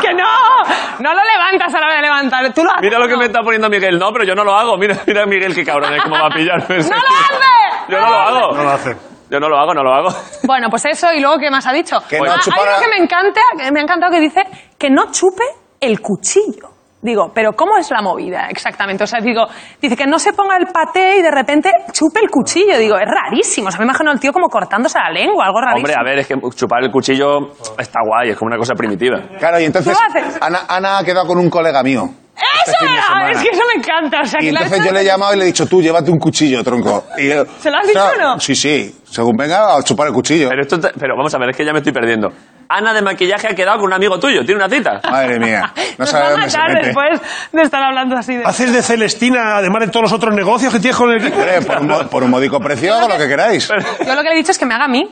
Speaker 8: ¡Que no! No lo levantas a la hora de levantar. Tú lo haces.
Speaker 1: mira lo que
Speaker 8: ¿no?
Speaker 1: me está poniendo Miguel. No, pero yo no lo hago. Mira, mira Miguel, qué cabrón es cómo va a pillarme.
Speaker 8: ¡No lo haces!
Speaker 1: Yo no lo hago.
Speaker 2: No lo hace.
Speaker 1: Yo no lo hago, no lo hago.
Speaker 8: Bueno, pues eso, y luego, ¿qué más ha dicho?
Speaker 6: Que no
Speaker 8: Ah, hay
Speaker 6: chupara-
Speaker 8: algo que me encanta, que me ha encantado que dice que no chupe el cuchillo. Digo, pero ¿cómo es la movida exactamente? O sea, digo, dice que no se ponga el paté y de repente chupe el cuchillo. Digo, es rarísimo. O sea, me imagino al tío como cortándose la lengua, algo rarísimo.
Speaker 1: Hombre, a ver, es que chupar el cuchillo está guay, es como una cosa primitiva.
Speaker 6: Claro, y entonces
Speaker 8: ¿Tú lo haces?
Speaker 6: Ana, Ana ha quedado con un colega mío. este
Speaker 8: ¡Eso
Speaker 6: fin de
Speaker 8: era!
Speaker 6: semana.
Speaker 8: Es que eso me encanta. O sea,
Speaker 6: Y
Speaker 8: que la
Speaker 6: entonces
Speaker 8: hecho-
Speaker 6: yo le he llamado y le he dicho, tú, llévate un cuchillo, tronco. Y él,
Speaker 8: ¿Se lo has dicho o no?
Speaker 6: Sí, sí. Según venga, a chupar el cuchillo.
Speaker 1: Pero, esto, te- pero vamos a ver, es que ya me estoy perdiendo. Ana de maquillaje ha quedado con un amigo tuyo, tiene una cita.
Speaker 6: Madre mía. No
Speaker 8: Nos va
Speaker 6: sabe
Speaker 8: a
Speaker 6: dónde se
Speaker 8: matar
Speaker 6: mete. Ah.
Speaker 8: después de estar hablando así de...
Speaker 2: Haces de Celestina, además de todos los otros negocios que tienes con el equipo.
Speaker 6: Hombre, por, un, mo- por un módico precio, hago lo que queráis.
Speaker 8: Yo lo que le he dicho es que me haga a mí.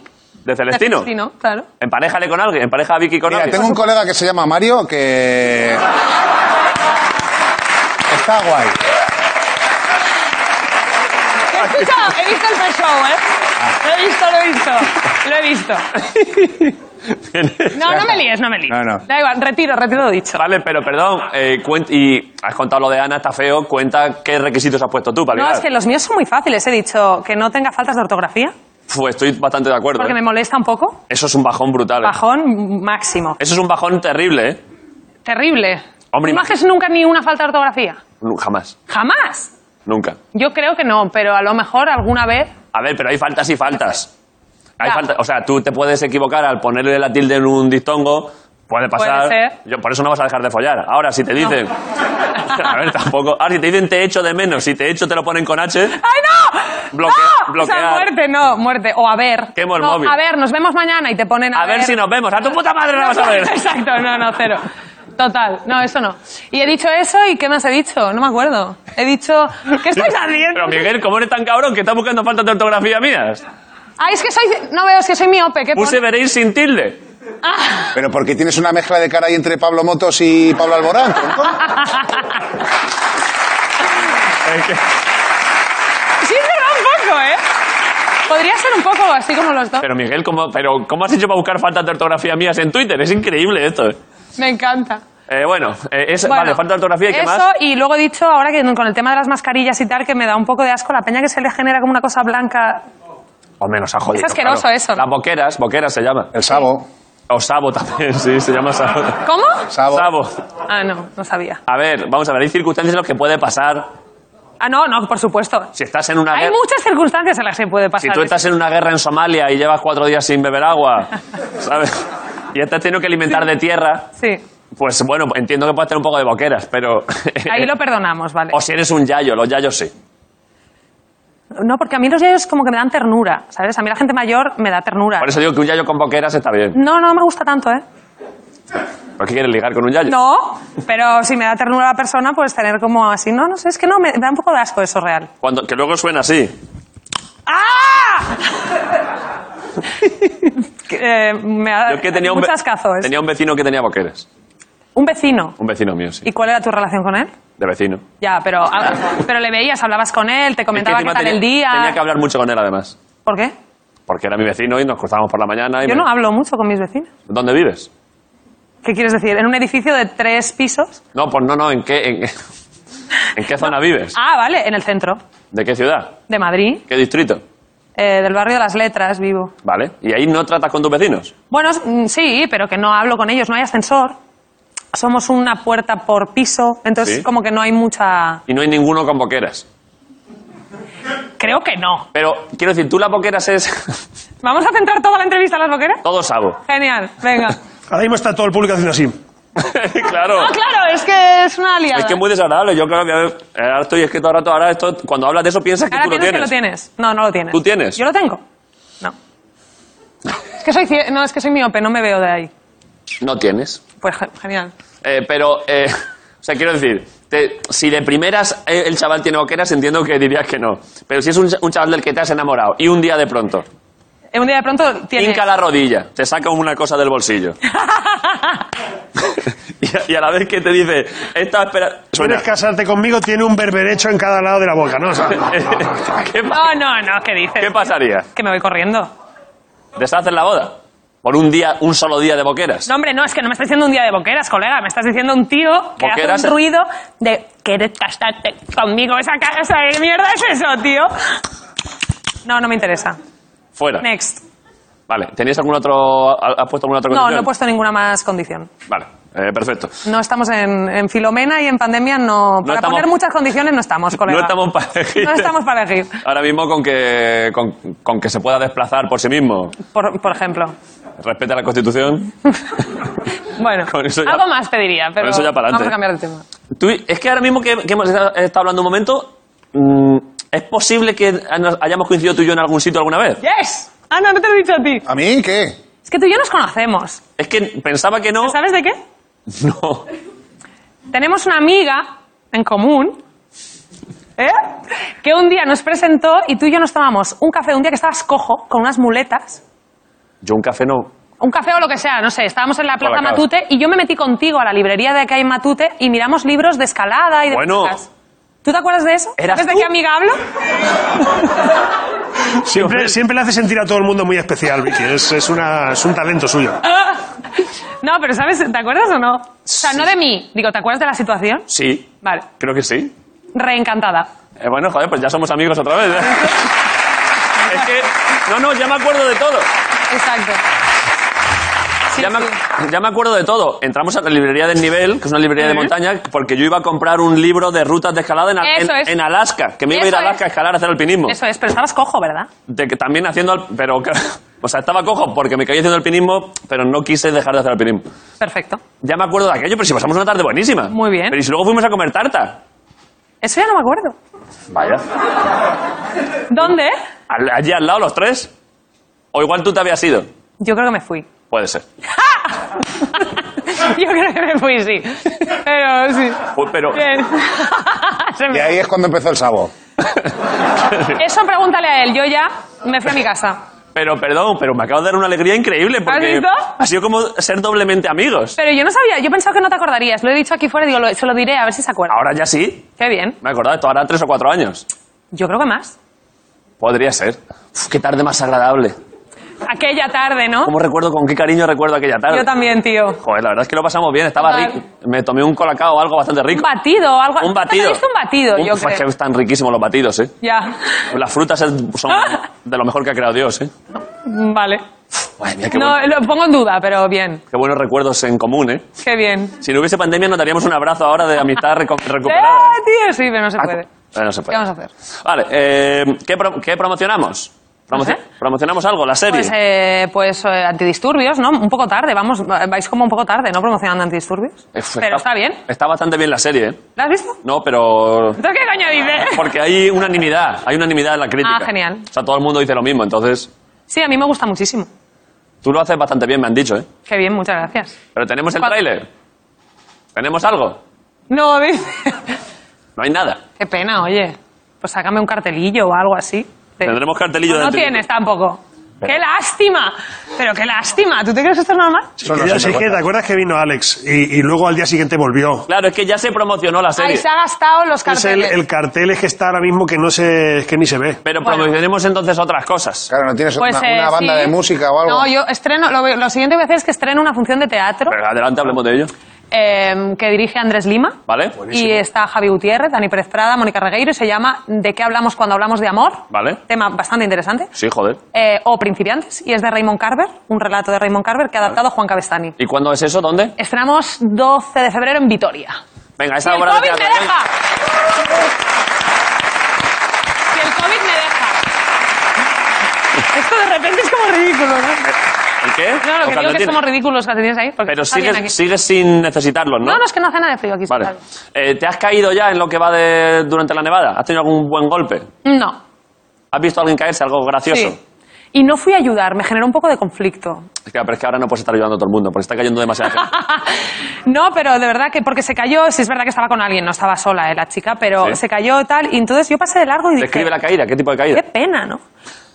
Speaker 1: De Celestino.
Speaker 8: Celestino, claro.
Speaker 1: Emparejale con alguien, empareja a Vicky con
Speaker 6: Mira,
Speaker 1: alguien.
Speaker 6: tengo un colega que se llama Mario que... Está guay.
Speaker 8: He escuchado, he visto el pre-show, ¿eh? Lo he visto, lo he visto. Lo he visto. No, no me líes, no me líes.
Speaker 6: No, no.
Speaker 8: Da igual, retiro, retiro lo dicho.
Speaker 1: Vale, pero perdón, eh, cuen- y has contado lo de Ana, está feo, cuenta qué requisitos has puesto tú para
Speaker 8: No,
Speaker 1: ligar.
Speaker 8: es que los míos son muy fáciles. He dicho que no tenga faltas de ortografía,
Speaker 1: Fue, estoy bastante de acuerdo.
Speaker 8: porque
Speaker 1: ¿eh?
Speaker 8: me molesta un poco.
Speaker 1: Eso es un bajón brutal. ¿eh?
Speaker 8: Bajón máximo.
Speaker 1: Eso es un bajón terrible, ¿eh?
Speaker 8: Terrible.
Speaker 1: Hombre,
Speaker 8: ¿No
Speaker 1: imagi-
Speaker 8: haces nunca ni una falta de ortografía?
Speaker 1: Nu- Jamás,
Speaker 8: ¡Jamás!
Speaker 1: nunca.
Speaker 8: Yo creo que no, pero a lo mejor alguna vez...
Speaker 1: A ver, pero hay faltas y faltas. Hay
Speaker 8: Ya.
Speaker 1: falta- o sea, tú te puedes equivocar al ponerle la tilde en un diptongo, puede pasar.
Speaker 8: Puede ser.
Speaker 1: Yo, por eso no vas a dejar de follar. Ahora, si te dicen. A ver, tampoco. Ahora, si te dicen te echo de menos, si te echo te lo ponen con H.
Speaker 8: ¡Ay, no!
Speaker 1: Bloque-
Speaker 8: ¡No! O
Speaker 1: bloquear.
Speaker 8: sea, muerte, no, muerte. O a ver.
Speaker 1: Quemo el
Speaker 8: No,
Speaker 1: móvil.
Speaker 8: A ver, nos vemos mañana y te ponen a,
Speaker 1: A ver si nos vemos. A tu puta madre la vas a ver.
Speaker 8: Exacto, no, no, cero. Total, no, eso no. Y he dicho eso y ¿qué más he dicho? No me acuerdo. He dicho, ¿qué estáis haciendo?
Speaker 1: Pero Miguel, ¿cómo eres tan cabrón que estás buscando faltas de ortografía mías?
Speaker 8: Ay, es que soy, no veo, es que soy miope. ¿qué
Speaker 1: Puse
Speaker 8: pone?
Speaker 1: veréis sin tilde.
Speaker 8: Ah,
Speaker 6: Pero porque tienes una mezcla de cara ahí entre Pablo Motos y Pablo Alborán. tronco.
Speaker 8: sí, es verdad, un poco, ¿eh? Podría ser un poco así como los dos.
Speaker 1: Pero Miguel, ¿cómo, pero, ¿cómo has hecho para buscar faltas de ortografía mías en Twitter? Es increíble esto.
Speaker 8: Me encanta.
Speaker 1: Eh, bueno, eh, es-
Speaker 8: Bueno,
Speaker 1: vale, falta de ortografía y qué
Speaker 8: eso,
Speaker 1: más.
Speaker 8: y luego he dicho ahora que con el tema de las mascarillas y tal, que me da un poco de asco la peña que se le genera como una cosa blanca.
Speaker 1: O menos a jodido.
Speaker 8: Es asqueroso
Speaker 1: claro.
Speaker 8: eso, ¿no?
Speaker 1: Las boqueras, boqueras se llama.
Speaker 6: El Sabo.
Speaker 1: O Sabo también, sí, se llama Sabo.
Speaker 8: ¿Cómo?
Speaker 6: Sabo.
Speaker 1: Sabo.
Speaker 8: Ah, no, no sabía.
Speaker 1: A ver, vamos a ver, hay circunstancias en las que puede pasar.
Speaker 8: Ah, no, no, por supuesto.
Speaker 1: Si estás en una
Speaker 8: Hay
Speaker 1: guerra.
Speaker 8: muchas circunstancias en las que puede
Speaker 1: Si
Speaker 8: pasar.
Speaker 1: tú estás en una guerra en Somalia y llevas cuatro días sin beber agua, ¿sabes? Y te has tenido que alimentar de tierra,
Speaker 8: Sí,
Speaker 1: pues bueno, entiendo que puedes tener un poco de boqueras, pero.
Speaker 8: ahí
Speaker 1: eh.
Speaker 8: lo perdonamos, vale.
Speaker 1: o si eres un yayo, los yayos sí.
Speaker 8: No, porque a mí los yayos como que me dan ternura, ¿sabes? A mí la gente mayor me da ternura.
Speaker 1: Por eso digo que un yayo con boqueras está bien.
Speaker 8: No, no me gusta tanto, ¿eh?
Speaker 1: ¿Por qué quieres ligar con un yayo?
Speaker 8: No, pero si me da ternura la persona, pues tener como así. No, no sé, es que no, me da un poco de asco eso real.
Speaker 1: Cuando, que luego suena así.
Speaker 8: ¡Ah! Que, eh, me ha dado
Speaker 1: Yo que tenía un,
Speaker 8: un
Speaker 1: ve-
Speaker 8: chascazo. es-
Speaker 1: tenía un vecino que tenía boqueres.
Speaker 8: Un vecino.
Speaker 1: Un vecino mío, sí.
Speaker 8: ¿Y cuál era tu relación con él?
Speaker 1: De vecino.
Speaker 8: Ya, pero, ah, pero le veías, hablabas con él, te
Speaker 1: Es que
Speaker 8: comentaba qué
Speaker 1: encima
Speaker 8: tal
Speaker 1: tenía,
Speaker 8: el día.
Speaker 1: Tenía que hablar mucho con él, además.
Speaker 8: ¿Por qué?
Speaker 1: Porque era mi vecino y nos cruzábamos por la mañana. Y
Speaker 8: Yo
Speaker 1: me-
Speaker 8: no hablo mucho con mis vecinos.
Speaker 1: ¿Dónde vives?
Speaker 8: ¿Qué quieres decir? ¿En un edificio de tres pisos?
Speaker 1: No, pues no, no. ¿En qué, en, en qué zona vives?
Speaker 8: Ah, vale, en el centro
Speaker 1: ¿De qué ciudad?
Speaker 8: de Madrid,
Speaker 1: ¿Qué distrito?
Speaker 8: eh, del barrio de las letras, vivo.
Speaker 1: Vale. ¿Y ahí no tratas con tus vecinos?
Speaker 8: Bueno, s- mm, sí, pero que no hablo con ellos, no hay ascensor. Somos una puerta por piso, entonces
Speaker 1: Sí.
Speaker 8: como que no hay mucha...
Speaker 1: Y no hay ninguno con boqueras.
Speaker 8: Creo que no.
Speaker 1: Pero quiero decir, tú las boqueras es
Speaker 8: ¿Vamos a centrar toda la entrevista a las boqueras?
Speaker 1: todo sabo.
Speaker 8: Genial, venga.
Speaker 2: Ahora mismo está todo el público haciendo así.
Speaker 1: claro.
Speaker 8: No, Ah, claro, es que es una aliada.
Speaker 1: Es que es muy desagradable. Yo, claro, que a ver, ahora estoy es que todo el rato, ahora esto, cuando hablas de eso piensas que
Speaker 8: Ahora
Speaker 1: tú lo
Speaker 8: piensas que
Speaker 1: tienes.
Speaker 8: lo tienes. No, no lo tienes.
Speaker 1: ¿Tú tienes?
Speaker 8: Yo lo tengo. No. Es que soy, cie- no, es que soy miope, no me veo de ahí.
Speaker 1: No tienes.
Speaker 8: Pues ge- genial.
Speaker 1: Eh, pero, eh, o sea, quiero decir, te- si de primeras eh, el chaval tiene boqueras, entiendo que dirías que no. Pero si es un, un chaval del que te has enamorado y un día de pronto,
Speaker 8: Eh, Un día de pronto tiene...
Speaker 1: hinca la rodilla, te saca una cosa del bolsillo. y, a, y a la vez que te dice, esta espera. Suena.
Speaker 2: Quieres casarte conmigo, tiene un berberecho en cada lado de la boca, ¿no? O sea,
Speaker 1: ¿Qué, pa-
Speaker 8: No, Oh, no, no, ¿qué dices?
Speaker 1: qué pasaría?
Speaker 8: Que me voy corriendo.
Speaker 1: ¿Deshaces la boda? Por un día, un solo día de boqueras.
Speaker 8: No, hombre, no, es que no me estás diciendo un día de boqueras, colega. Me estás diciendo un tío que
Speaker 1: Boqueras,
Speaker 8: hace
Speaker 1: eh.
Speaker 8: un ruido de... ¿Quieres casarte conmigo? Esa casa de mierda es eso, tío. No, no me interesa.
Speaker 1: Fuera.
Speaker 8: Next.
Speaker 1: Vale. ¿Tenías algún otro. ha- ¿Has puesto alguna otra
Speaker 8: No,
Speaker 1: condición?
Speaker 8: no he puesto ninguna más condición.
Speaker 1: Vale. Eh, perfecto.
Speaker 8: No estamos en, en Filomena y en pandemia no. Para
Speaker 1: estamos-
Speaker 8: poner muchas condiciones no estamos, colega.
Speaker 1: No estamos para elegir.
Speaker 8: No estamos para elegir,
Speaker 1: Ahora mismo con que, con, con que se pueda desplazar por sí mismo.
Speaker 8: por, por ejemplo.
Speaker 1: Respeta la Constitución.
Speaker 8: Bueno,
Speaker 1: Con eso ya-
Speaker 8: algo más te diría, pero
Speaker 1: eso ya para adelante.
Speaker 8: vamos a cambiar de tema.
Speaker 1: Tú- es que ahora mismo que, que hemos esta- estado hablando un momento, mm, ¿es posible que nos hayamos coincidido tú y yo en algún sitio alguna vez?
Speaker 8: ¡Yes! Ah, no, no te lo he dicho a ti.
Speaker 6: ¿A mí qué?
Speaker 8: Es que tú y yo nos conocemos.
Speaker 1: Es que pensaba que no.
Speaker 8: ¿Sabes de qué?
Speaker 1: No.
Speaker 8: Tenemos una amiga en común. ¿eh? Que un día nos presentó y tú y yo nos tomamos un café un día que estabas cojo con unas muletas
Speaker 1: Yo un café no.
Speaker 8: un café o lo que sea, no sé, estábamos en la Plaza
Speaker 1: Hola, Carlos.
Speaker 8: Matute y yo me metí contigo a la librería de que hay en Matute y miramos libros de escalada y de
Speaker 1: Bueno.
Speaker 8: cosas. ¿Tú te acuerdas de eso?
Speaker 1: ¿Eras
Speaker 8: ¿Sabes
Speaker 1: tú?
Speaker 8: de qué amiga hablo?
Speaker 2: siempre, siempre le hace sentir a todo el mundo muy especial, Vicky. Es, es una- es un talento suyo.
Speaker 8: Ah, No, pero ¿sabes? ¿Te acuerdas o no? O sea, no de mí. Digo, ¿te acuerdas de la situación?
Speaker 1: Sí.
Speaker 8: Vale.
Speaker 1: Creo que sí.
Speaker 8: Reencantada.
Speaker 1: Eh, bueno, joder, pues ya somos amigos otra vez. es que. No, no, ya me acuerdo de todo.
Speaker 8: Exacto. Sí,
Speaker 1: Ya me,
Speaker 8: sí.
Speaker 1: ya me acuerdo de todo. Entramos a la librería del nivel, que es una librería de montaña, porque yo iba a comprar un libro de rutas de escalada en,
Speaker 8: Eso
Speaker 1: en-
Speaker 8: es.
Speaker 1: en Alaska, que me iba a ir
Speaker 8: Eso
Speaker 1: a Alaska a
Speaker 8: es.
Speaker 1: escalar a hacer alpinismo.
Speaker 8: Eso es, pero estabas cojo, ¿verdad?
Speaker 1: De que también haciendo, al- pero claro, o sea, estaba cojo porque me caí haciendo alpinismo, pero no quise dejar de hacer alpinismo.
Speaker 8: Perfecto.
Speaker 1: Ya me acuerdo de aquello, pero si pasamos una tarde buenísima.
Speaker 8: Muy bien.
Speaker 1: Pero y si luego fuimos a comer tarta.
Speaker 8: Eso ya no me acuerdo.
Speaker 1: Vaya.
Speaker 8: ¿Dónde?
Speaker 1: Al- allí al lado los tres. O igual tú te habías ido.
Speaker 8: Yo creo que me fui.
Speaker 1: Puede ser.
Speaker 8: Yo creo que me fui, sí. Pero sí.
Speaker 1: Pues, pero
Speaker 8: Bien. Se
Speaker 6: Y
Speaker 8: me-
Speaker 6: ahí es cuando empezó el sabo.
Speaker 8: Eso pregúntale a él. Yo ya me fui a mi casa.
Speaker 1: Pero, perdón, pero me acabo de dar una alegría increíble porque
Speaker 8: visto?
Speaker 1: ha sido como ser doblemente amigos.
Speaker 8: Pero yo no sabía, yo pensaba que no te acordarías. Lo he dicho aquí fuera, digo, lo- se lo diré a ver si se acuerda.
Speaker 1: Ahora ya sí,
Speaker 8: Qué bien.
Speaker 1: me he acordado, esto hará tres o cuatro años.
Speaker 8: Yo creo que más.
Speaker 1: Podría ser. Uf, qué tarde más agradable.
Speaker 8: Aquella tarde, ¿no?
Speaker 1: ¿Cómo recuerdo, con qué cariño recuerdo aquella tarde?
Speaker 8: Yo también, tío.
Speaker 1: Joder, la verdad es que lo pasamos bien, estaba
Speaker 8: Total.
Speaker 1: rico. Me tomé un colacao o algo bastante
Speaker 8: Un
Speaker 1: rico.
Speaker 8: batido o algo.
Speaker 1: Un batido.
Speaker 8: ¿Te pediste un batido,
Speaker 1: Un-
Speaker 8: yo
Speaker 1: Uf, pues es que
Speaker 8: creo.
Speaker 1: están riquísimos los batidos, ¿eh?
Speaker 8: Ya.
Speaker 1: Las frutas es- son de lo mejor que ha creado Dios, ¿eh?
Speaker 8: Mm, Vale.
Speaker 1: Madre mía, qué,
Speaker 8: No,
Speaker 1: bueno-
Speaker 8: lo pongo en duda, pero bien.
Speaker 1: qué buenos recuerdos en común, ¿eh?
Speaker 8: Qué bien.
Speaker 1: Si no hubiese pandemia nos daríamos un abrazo ahora de amistad reco- recuperada.
Speaker 8: ¡Ah,
Speaker 1: ¿eh?
Speaker 8: tío! Sí, pero no se
Speaker 1: Ah,
Speaker 8: puede.
Speaker 1: eh, no se puede.
Speaker 8: ¿Qué vamos a hacer?
Speaker 1: Vale, eh, ¿qué, pro- qué promocionamos? Promoci-
Speaker 8: No sé.
Speaker 1: ¿Promocionamos algo? ¿La serie?
Speaker 8: Pues, eh, pues eh, antidisturbios, ¿no? Un poco tarde, vamos, vais como un poco tarde, ¿no? Promocionando antidisturbios.
Speaker 1: Eh, fue-
Speaker 8: Pero está bien.
Speaker 1: Está bastante bien la serie, ¿eh?
Speaker 8: ¿La has visto?
Speaker 1: No, pero...
Speaker 8: ¿Entonces qué coño dices?
Speaker 1: Porque hay unanimidad, hay unanimidad en la crítica.
Speaker 8: Ah, genial.
Speaker 1: O sea, todo el mundo dice lo mismo, entonces...
Speaker 8: Sí, a mí me gusta muchísimo.
Speaker 1: Tú lo haces bastante bien, me han dicho, ¿eh?
Speaker 8: Qué bien, muchas gracias.
Speaker 1: Pero tenemos el
Speaker 8: ¿Cuál?
Speaker 1: tráiler. ¿Tenemos algo?
Speaker 8: No, dice.
Speaker 1: No hay nada.
Speaker 8: Qué pena, oye. Pues sácame un cartelillo o algo así.
Speaker 1: Tendremos cartelillo
Speaker 8: O No
Speaker 1: dentro.
Speaker 8: tienes tampoco. ¡Qué lástima! Pero qué lástima. ¿Tú te crees que esto es normal?
Speaker 6: Son los
Speaker 2: Ya sé que, ¿Te
Speaker 6: sinvergüenzas.
Speaker 2: acuerdas que vino Alex y, y luego al día siguiente volvió?
Speaker 1: Claro, es que ya se promocionó la
Speaker 8: Ahí
Speaker 1: serie.
Speaker 8: se ha gastado los
Speaker 2: Es el,
Speaker 8: carteles.
Speaker 2: el cartel es que está ahora mismo que no se, es que ni se ve.
Speaker 1: Pero promocionemos entonces otras cosas.
Speaker 6: Claro, no tienes
Speaker 8: Pues,
Speaker 6: una,
Speaker 8: eh,
Speaker 6: una banda
Speaker 8: sí.
Speaker 6: de música o algo.
Speaker 8: No, yo estreno. Lo, lo siguiente que voy a hacer es que estreno una función de teatro
Speaker 1: Pero adelante, hablemos de ello.
Speaker 8: eh, que dirige Andrés Lima.
Speaker 1: ¿Vale?
Speaker 8: Y está Javi Gutiérrez, Dani Pérez Prada, Mónica Regueiro. Y se llama ¿De qué hablamos cuando hablamos de amor?
Speaker 1: Vale.
Speaker 8: Tema bastante interesante.
Speaker 1: Sí, joder.
Speaker 8: Eh, o Principiantes. Y es de Raymond Carver, un relato de Raymond Carver que ha adaptado Juan Cabestani.
Speaker 1: ¿Y cuándo es eso? ¿Dónde?
Speaker 8: Estrenamos 12 de febrero en Vitoria.
Speaker 1: Venga,
Speaker 8: Si
Speaker 1: esa
Speaker 8: el
Speaker 1: obra de
Speaker 8: COVID me
Speaker 1: teatro. ¿eh? venga.
Speaker 8: deja. Si el COVID me deja. Esto de repente es como ridículo, ¿no?
Speaker 1: ¿El qué?
Speaker 8: No, lo
Speaker 1: Los
Speaker 8: que digo es que
Speaker 1: calcetines.
Speaker 8: somos ridículos los que tenéis ahí. Porque
Speaker 1: Pero
Speaker 8: está bien aquí.
Speaker 1: sigues, sigues sin necesitarlos, ¿no?
Speaker 8: No, no, es que no hace nada de frío aquí. está
Speaker 1: Vale. Eh, ¿Te has caído ya en lo que va de durante la nevada? ¿Has tenido algún buen golpe?
Speaker 8: bien. No.
Speaker 1: ¿Has visto a alguien caerse? Algo gracioso.
Speaker 8: Sí. Y no fui a ayudar, me generó un poco de conflicto.
Speaker 1: Es que, pero es que ahora no puedes estar ayudando a todo el mundo porque está cayendo demasiada gente.
Speaker 8: no, pero de verdad que porque se cayó, sí es verdad que estaba con alguien, no estaba sola eh, la chica, pero
Speaker 1: Sí.
Speaker 8: se cayó y tal. Y entonces yo pasé de largo y dije,
Speaker 1: Describe la caída. ¿Qué tipo de caída?
Speaker 8: qué pena, ¿no?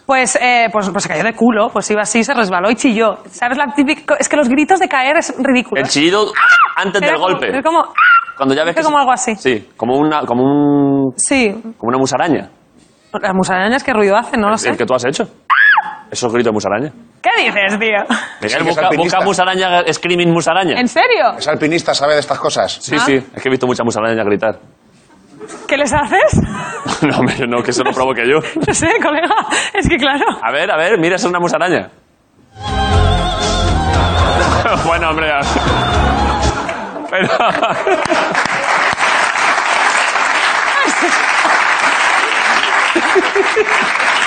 Speaker 8: Pues, eh, pues, pues se cayó de culo, pues iba así, se resbaló y chilló. ¿Sabes la típica? Es que los gritos de caer es ridículo. ¿eh?
Speaker 1: El chillido antes
Speaker 8: Era
Speaker 1: del
Speaker 8: como-
Speaker 1: golpe.
Speaker 8: Pues, ¡ah! es como-
Speaker 1: Cuando ya ves
Speaker 8: Hice como
Speaker 1: se-
Speaker 8: algo así.
Speaker 1: Sí, como una, como un,
Speaker 8: Sí,
Speaker 1: como una musaraña.
Speaker 8: las musarañas qué ruido hacen, no lo sé. ¡Ah!
Speaker 1: El que tú has hecho. Esos gritos de musaraña.
Speaker 8: ¿Qué dices, tío?
Speaker 1: Miguel,
Speaker 6: Es que es
Speaker 1: busca,
Speaker 6: alpinista.
Speaker 1: busca musaraña, eh, screaming musaraña.
Speaker 8: ¿En serio?
Speaker 6: Es alpinista, sabe de estas cosas.
Speaker 1: Sí,
Speaker 8: Ah.
Speaker 1: sí, es que he visto muchas musarañas gritar.
Speaker 8: ¿Qué les haces?
Speaker 1: no, hombre, no, que eso lo provoque yo.
Speaker 8: No sé, colega, es que claro.
Speaker 1: A ver, a ver, mira, esa es una musaraña. bueno, hombre. a- Pero...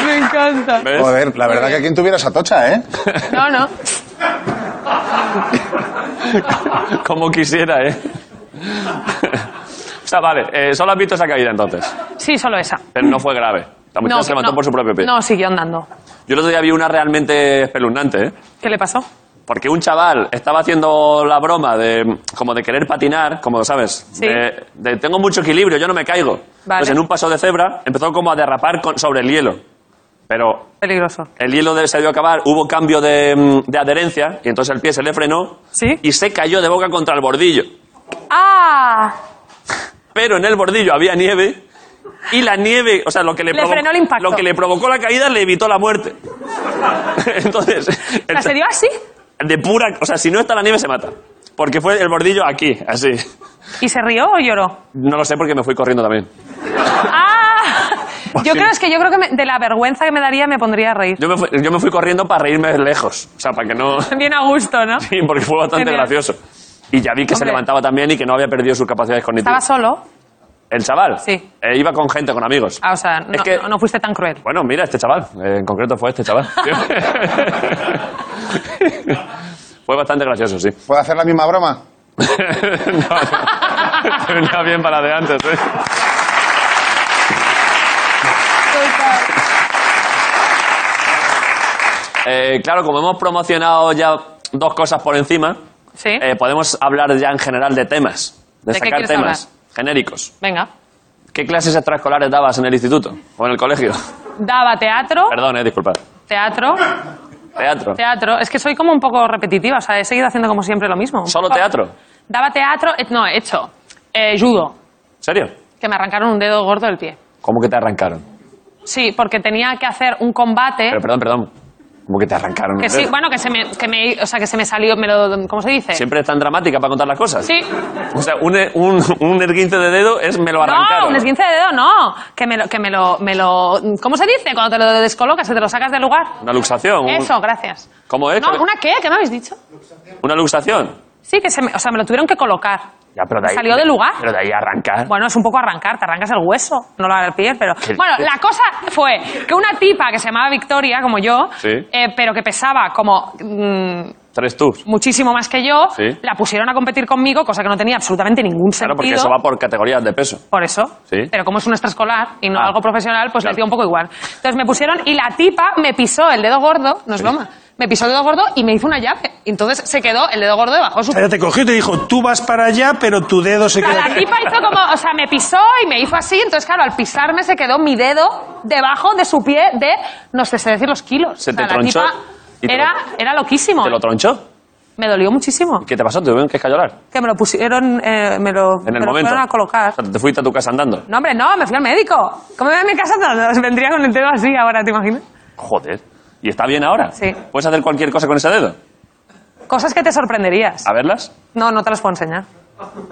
Speaker 8: Me encanta.
Speaker 1: ¿Ves?
Speaker 6: Joder, la verdad que quien tuviera esa tocha, ¿eh?
Speaker 8: No, no.
Speaker 1: Como quisiera, ¿eh? o sea, vale, eh, solo has visto esa caída entonces.
Speaker 8: Sí, solo esa.
Speaker 1: Pero no fue grave. La muchacha
Speaker 8: no,
Speaker 1: se levantó por su propio pie.
Speaker 8: No, siguió andando.
Speaker 1: Yo el otro día vi una realmente espeluznante, ¿eh?
Speaker 8: ¿Qué le pasó?
Speaker 1: Porque un chaval estaba haciendo la broma de como de querer patinar, como sabes,
Speaker 8: Sí.
Speaker 1: de, de tengo mucho equilibrio, yo no me caigo.
Speaker 8: Vale.
Speaker 1: Pues en un paso de cebra empezó como a derrapar con- sobre el hielo. Pero
Speaker 8: Peligroso.
Speaker 1: el hielo de- se dio a acabar, hubo cambio de, mm, de adherencia y entonces el pie se le frenó
Speaker 8: ¿Sí?
Speaker 1: y se cayó de boca contra el bordillo.
Speaker 8: ¡Ah!
Speaker 1: Pero en el bordillo había nieve y la nieve, o sea, lo que le,
Speaker 8: Le
Speaker 1: provo-
Speaker 8: frenó el impacto.
Speaker 1: lo que le provocó la caída le evitó la muerte. entonces,
Speaker 8: O sea,
Speaker 1: el-
Speaker 8: se dio así
Speaker 1: De pura. O sea, si no está la nieve, se mata. Porque fue el bordillo aquí, así.
Speaker 8: y se rió o lloró.
Speaker 1: No lo sé porque me fui corriendo también.
Speaker 8: ¡Ah! Yo creo es que yo creo que me- de la vergüenza que me daría me pondría a reír.
Speaker 1: Yo me fui, yo me fui corriendo para reírme lejos. O sea, para que no.
Speaker 8: Bien a gusto, ¿no?
Speaker 1: Sí, porque fue bastante
Speaker 8: Genial.
Speaker 1: gracioso. Y ya vi que se
Speaker 8: Hombre.
Speaker 1: levantaba también y que no había perdido sus capacidades
Speaker 8: Estaba
Speaker 1: cognitivas.
Speaker 8: solo.
Speaker 1: ¿El chaval?
Speaker 8: Sí.
Speaker 1: Eh, iba con gente, con amigos.
Speaker 8: Ah, o sea, no,
Speaker 1: Es que-
Speaker 8: no fuiste tan cruel.
Speaker 1: Bueno, mira, este chaval. Eh, en concreto fue este chaval. fue bastante gracioso, sí.
Speaker 6: ¿Puedo hacer la misma broma?
Speaker 1: no, no. Te venía bien para la de antes, ¿eh? Eh, claro, como hemos promocionado ya dos cosas por encima,
Speaker 8: ¿Sí?
Speaker 1: eh, podemos hablar ya en general de temas.
Speaker 8: ¿De qué
Speaker 1: Destacar
Speaker 8: quieres
Speaker 1: temas genéricos.
Speaker 8: Venga.
Speaker 1: ¿Qué clases extraescolares dabas en el instituto o en el colegio?
Speaker 8: Daba teatro,
Speaker 1: Perdón, eh, disculpad.
Speaker 8: teatro,
Speaker 1: Teatro.
Speaker 8: teatro. Es que soy como un poco repetitiva, o sea, he seguido haciendo como siempre lo mismo.
Speaker 1: ¿Solo teatro? ¿En
Speaker 8: Daba teatro, eh, no, he hecho eh, judo,
Speaker 1: serio?
Speaker 8: que me arrancaron un dedo gordo del pie.
Speaker 1: ¿Cómo que te arrancaron?
Speaker 8: ¿Eh? Sí, porque tenía que hacer un combate.
Speaker 1: Pero perdón, perdón. ¿Cómo que te arrancaron? Eh,
Speaker 8: Que sí, bueno, que se me, que me- o sea, que se me salió, me lo, ¿cómo se dice?
Speaker 1: Siempre es tan dramática para contar las cosas.
Speaker 8: Sí.
Speaker 1: O sea, un, un, un erguince de dedo es me lo arrancaron.
Speaker 8: No, un esguince de dedo, no. Que me lo, que me lo, me lo, ¿cómo se dice? Cuando te lo descolocas, te lo sacas del lugar.
Speaker 1: Una luxación. un-
Speaker 8: Eso, gracias.
Speaker 1: ¿Cómo es?
Speaker 8: No, ¿una qué? ¿Qué me habéis dicho?
Speaker 1: ¿Una luxación?
Speaker 8: Sí, que se me, o sea, me lo tuvieron que colocar.
Speaker 1: Ya, pero de
Speaker 8: Me
Speaker 1: ahí-
Speaker 8: salió del lugar.
Speaker 1: Pero de ahí arrancar.
Speaker 8: Bueno, es un poco arrancar, te arrancas el hueso, no lo haga el pie, pero...
Speaker 1: ¿Qué
Speaker 8: Bueno,
Speaker 1: dices?
Speaker 8: la cosa fue que una tipa que se llamaba Victoria, como yo,
Speaker 1: Sí.
Speaker 8: eh, pero que pesaba como mm,
Speaker 1: Tres tubs.
Speaker 8: muchísimo más que yo,
Speaker 1: Sí.
Speaker 8: la pusieron a competir conmigo, cosa que no tenía absolutamente ningún
Speaker 1: Claro,
Speaker 8: sentido.
Speaker 1: porque eso va por categorías de peso.
Speaker 8: Por eso.
Speaker 1: Sí.
Speaker 8: Pero como es un extraescolar y no
Speaker 1: Ah.
Speaker 8: algo profesional, pues
Speaker 1: Claro.
Speaker 8: me dio un poco igual. Entonces me pusieron y la tipa me pisó el dedo gordo, no es broma, me pisó el dedo gordo y me hizo una llave. Y entonces se quedó el dedo gordo debajo de su...
Speaker 2: O sea, ya te cogió y te dijo, tú vas para allá, pero tu dedo se
Speaker 8: O sea,
Speaker 2: queda
Speaker 8: la
Speaker 2: aquí.
Speaker 8: tipa hizo como, o sea, me pisó y me hizo así, entonces claro, al pisarme se quedó mi dedo debajo de su pie de, no sé, sé decir los kilos.
Speaker 1: Se
Speaker 8: O
Speaker 1: te
Speaker 8: sea, la
Speaker 1: tronchó
Speaker 8: tipa
Speaker 1: y te
Speaker 8: era,
Speaker 1: lo-
Speaker 8: era loquísimo.
Speaker 1: ¿Te lo tronchó?
Speaker 8: Me dolió muchísimo.
Speaker 1: ¿Qué te pasó? ¿Te tuvieron que escayolar?
Speaker 8: Que me lo pusieron, eh, me lo,
Speaker 1: En
Speaker 8: me
Speaker 1: el
Speaker 8: lo
Speaker 1: momento.
Speaker 8: fueron a colocar.
Speaker 1: O sea, te fuiste a tu casa andando.
Speaker 8: No, hombre, no, me fui al médico. ¿Cómo me voy a mi casa? No, vendría con el dedo así ahora, ¿te imaginas?
Speaker 1: Joder. ¿Y está bien ahora?
Speaker 8: Sí.
Speaker 1: ¿Puedes hacer cualquier cosa con ese dedo?
Speaker 8: Cosas que te sorprenderías.
Speaker 1: ¿A verlas?
Speaker 8: No, no te las puedo enseñar.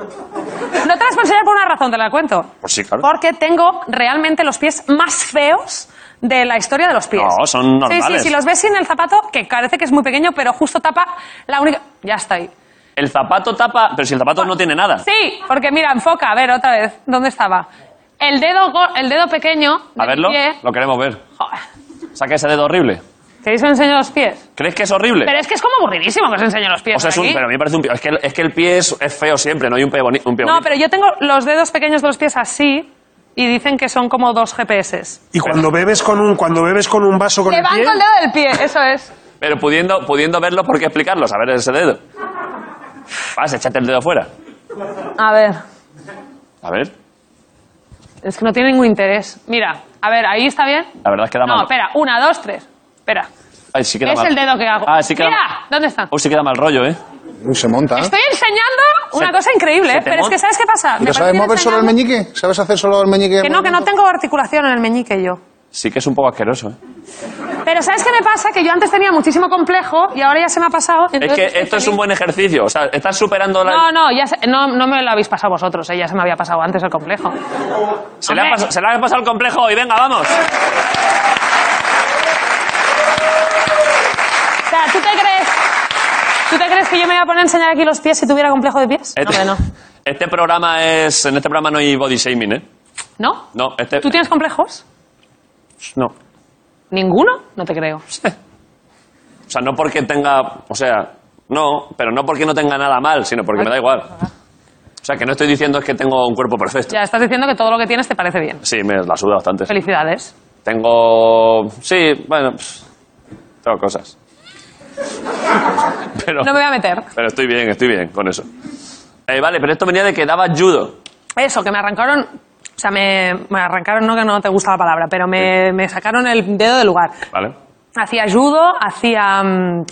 Speaker 8: No te las puedo enseñar por una razón, te la cuento.
Speaker 1: Pues sí, claro.
Speaker 8: Porque tengo realmente los pies más feos de la historia de los pies.
Speaker 1: No, son normales.
Speaker 8: Sí, sí, si los ves sin el zapato, que parece que es muy pequeño, pero justo tapa la única... Ya estoy.
Speaker 1: El zapato tapa... Pero si el zapato no tiene nada.
Speaker 8: Sí, porque mira, enfoca, a ver, otra vez, ¿dónde estaba? El dedo, go- el dedo pequeño
Speaker 1: A
Speaker 8: del
Speaker 1: verlo.
Speaker 8: pie...
Speaker 1: Lo queremos ver.
Speaker 8: Joder.
Speaker 1: Saca ese dedo horrible.
Speaker 8: ¿Queréis que os enseñe los pies?
Speaker 1: ¿Crees que es horrible?
Speaker 8: Pero es ¿eh? que es como aburridísimo que os enseñe los pies.
Speaker 1: o sea, es un,
Speaker 8: aquí.
Speaker 1: pero a mí me parece un pie. Es que, el- es que el pie es, es feo siempre, no hay un pie, boni- un pie
Speaker 8: No,
Speaker 1: bonito.
Speaker 8: pero yo tengo los dedos pequeños de los pies así y dicen que son como dos GPS.
Speaker 2: Y cuando bebes con un, cuando bebes con un vaso con el pie,
Speaker 8: Levanto el dedo del pie, eso es.
Speaker 1: Pero pudiendo, pudiendo verlo, ¿por qué explicarlo? A ver ese dedo. Vas, échate el dedo fuera.
Speaker 8: A ver,
Speaker 1: A ver.
Speaker 8: es que no tiene ningún interés. Mira, a ver, ahí está bien.
Speaker 1: La verdad es que da
Speaker 8: No,
Speaker 1: mal.
Speaker 8: espera, una, dos, tres. Espera,
Speaker 1: Ay, sí queda
Speaker 8: es
Speaker 1: mal.
Speaker 8: el dedo que hago.
Speaker 1: Ah, sí queda
Speaker 8: Mira, ¿dónde está?
Speaker 1: Uy, sí queda mal rollo, ¿eh?
Speaker 6: Uy, se monta. ¿eh?
Speaker 8: Estoy enseñando una
Speaker 1: Se-
Speaker 8: cosa increíble,
Speaker 1: se
Speaker 8: ¿eh?
Speaker 1: te
Speaker 8: pero es
Speaker 1: mon-
Speaker 8: que ¿sabes qué pasa?
Speaker 6: ¿Y
Speaker 8: Me
Speaker 6: lo sabes
Speaker 8: parece
Speaker 6: mover solo el
Speaker 8: enseñando-
Speaker 6: meñique? ¿Sabes hacer solo el meñique?
Speaker 8: Que no, que no tengo articulación en el meñique yo.
Speaker 1: Sí que es un poco asqueroso, ¿eh?
Speaker 8: Pero ¿sabes qué me pasa? Que yo antes tenía muchísimo complejo y ahora ya se me ha pasado.
Speaker 1: Es
Speaker 8: entonces
Speaker 1: que
Speaker 8: estoy
Speaker 1: esto es
Speaker 8: feliz.
Speaker 1: un buen ejercicio. O sea, estás superando la...
Speaker 8: No, no, ya se- no, no me lo habéis pasado vosotros, eh, ya se me había pasado antes el complejo.
Speaker 1: se, le ha
Speaker 8: Hombre.
Speaker 1: pas- se le ha pasado el complejo hoy. Venga, vamos.
Speaker 8: O sea, ¿tú te crees, ¿tú te crees que yo me voy a poner a enseñar aquí los pies si tuviera complejo de pies? No, hombre, no.
Speaker 1: este programa es... En este programa no hay body shaming, ¿eh?
Speaker 8: ¿No?
Speaker 1: No, este...
Speaker 8: ¿Tú tienes complejos?
Speaker 1: No. O
Speaker 8: ¿Ninguno? No te creo.
Speaker 1: sea, no porque tenga... O sea, no. Pero no porque no tenga nada mal, sino porque me da igual. O sea, que no estoy diciendo es que tengo un cuerpo perfecto.
Speaker 8: Ya estás diciendo que todo lo que tienes te parece bien.
Speaker 1: Sí, me la suda bastante.
Speaker 8: Felicidades.
Speaker 1: Tengo... Sí, bueno... pff, tengo cosas. Pero...
Speaker 8: No me voy a meter.
Speaker 1: Pero estoy bien, estoy bien con eso. Eh, vale, pero esto venía de que daba judo.
Speaker 8: Eso, que me arrancaron. O sea, me, me arrancaron, no que no te gusta la palabra, pero me, me sacaron el dedo del lugar.
Speaker 1: Vale.
Speaker 8: Hacía judo, hacía. mm,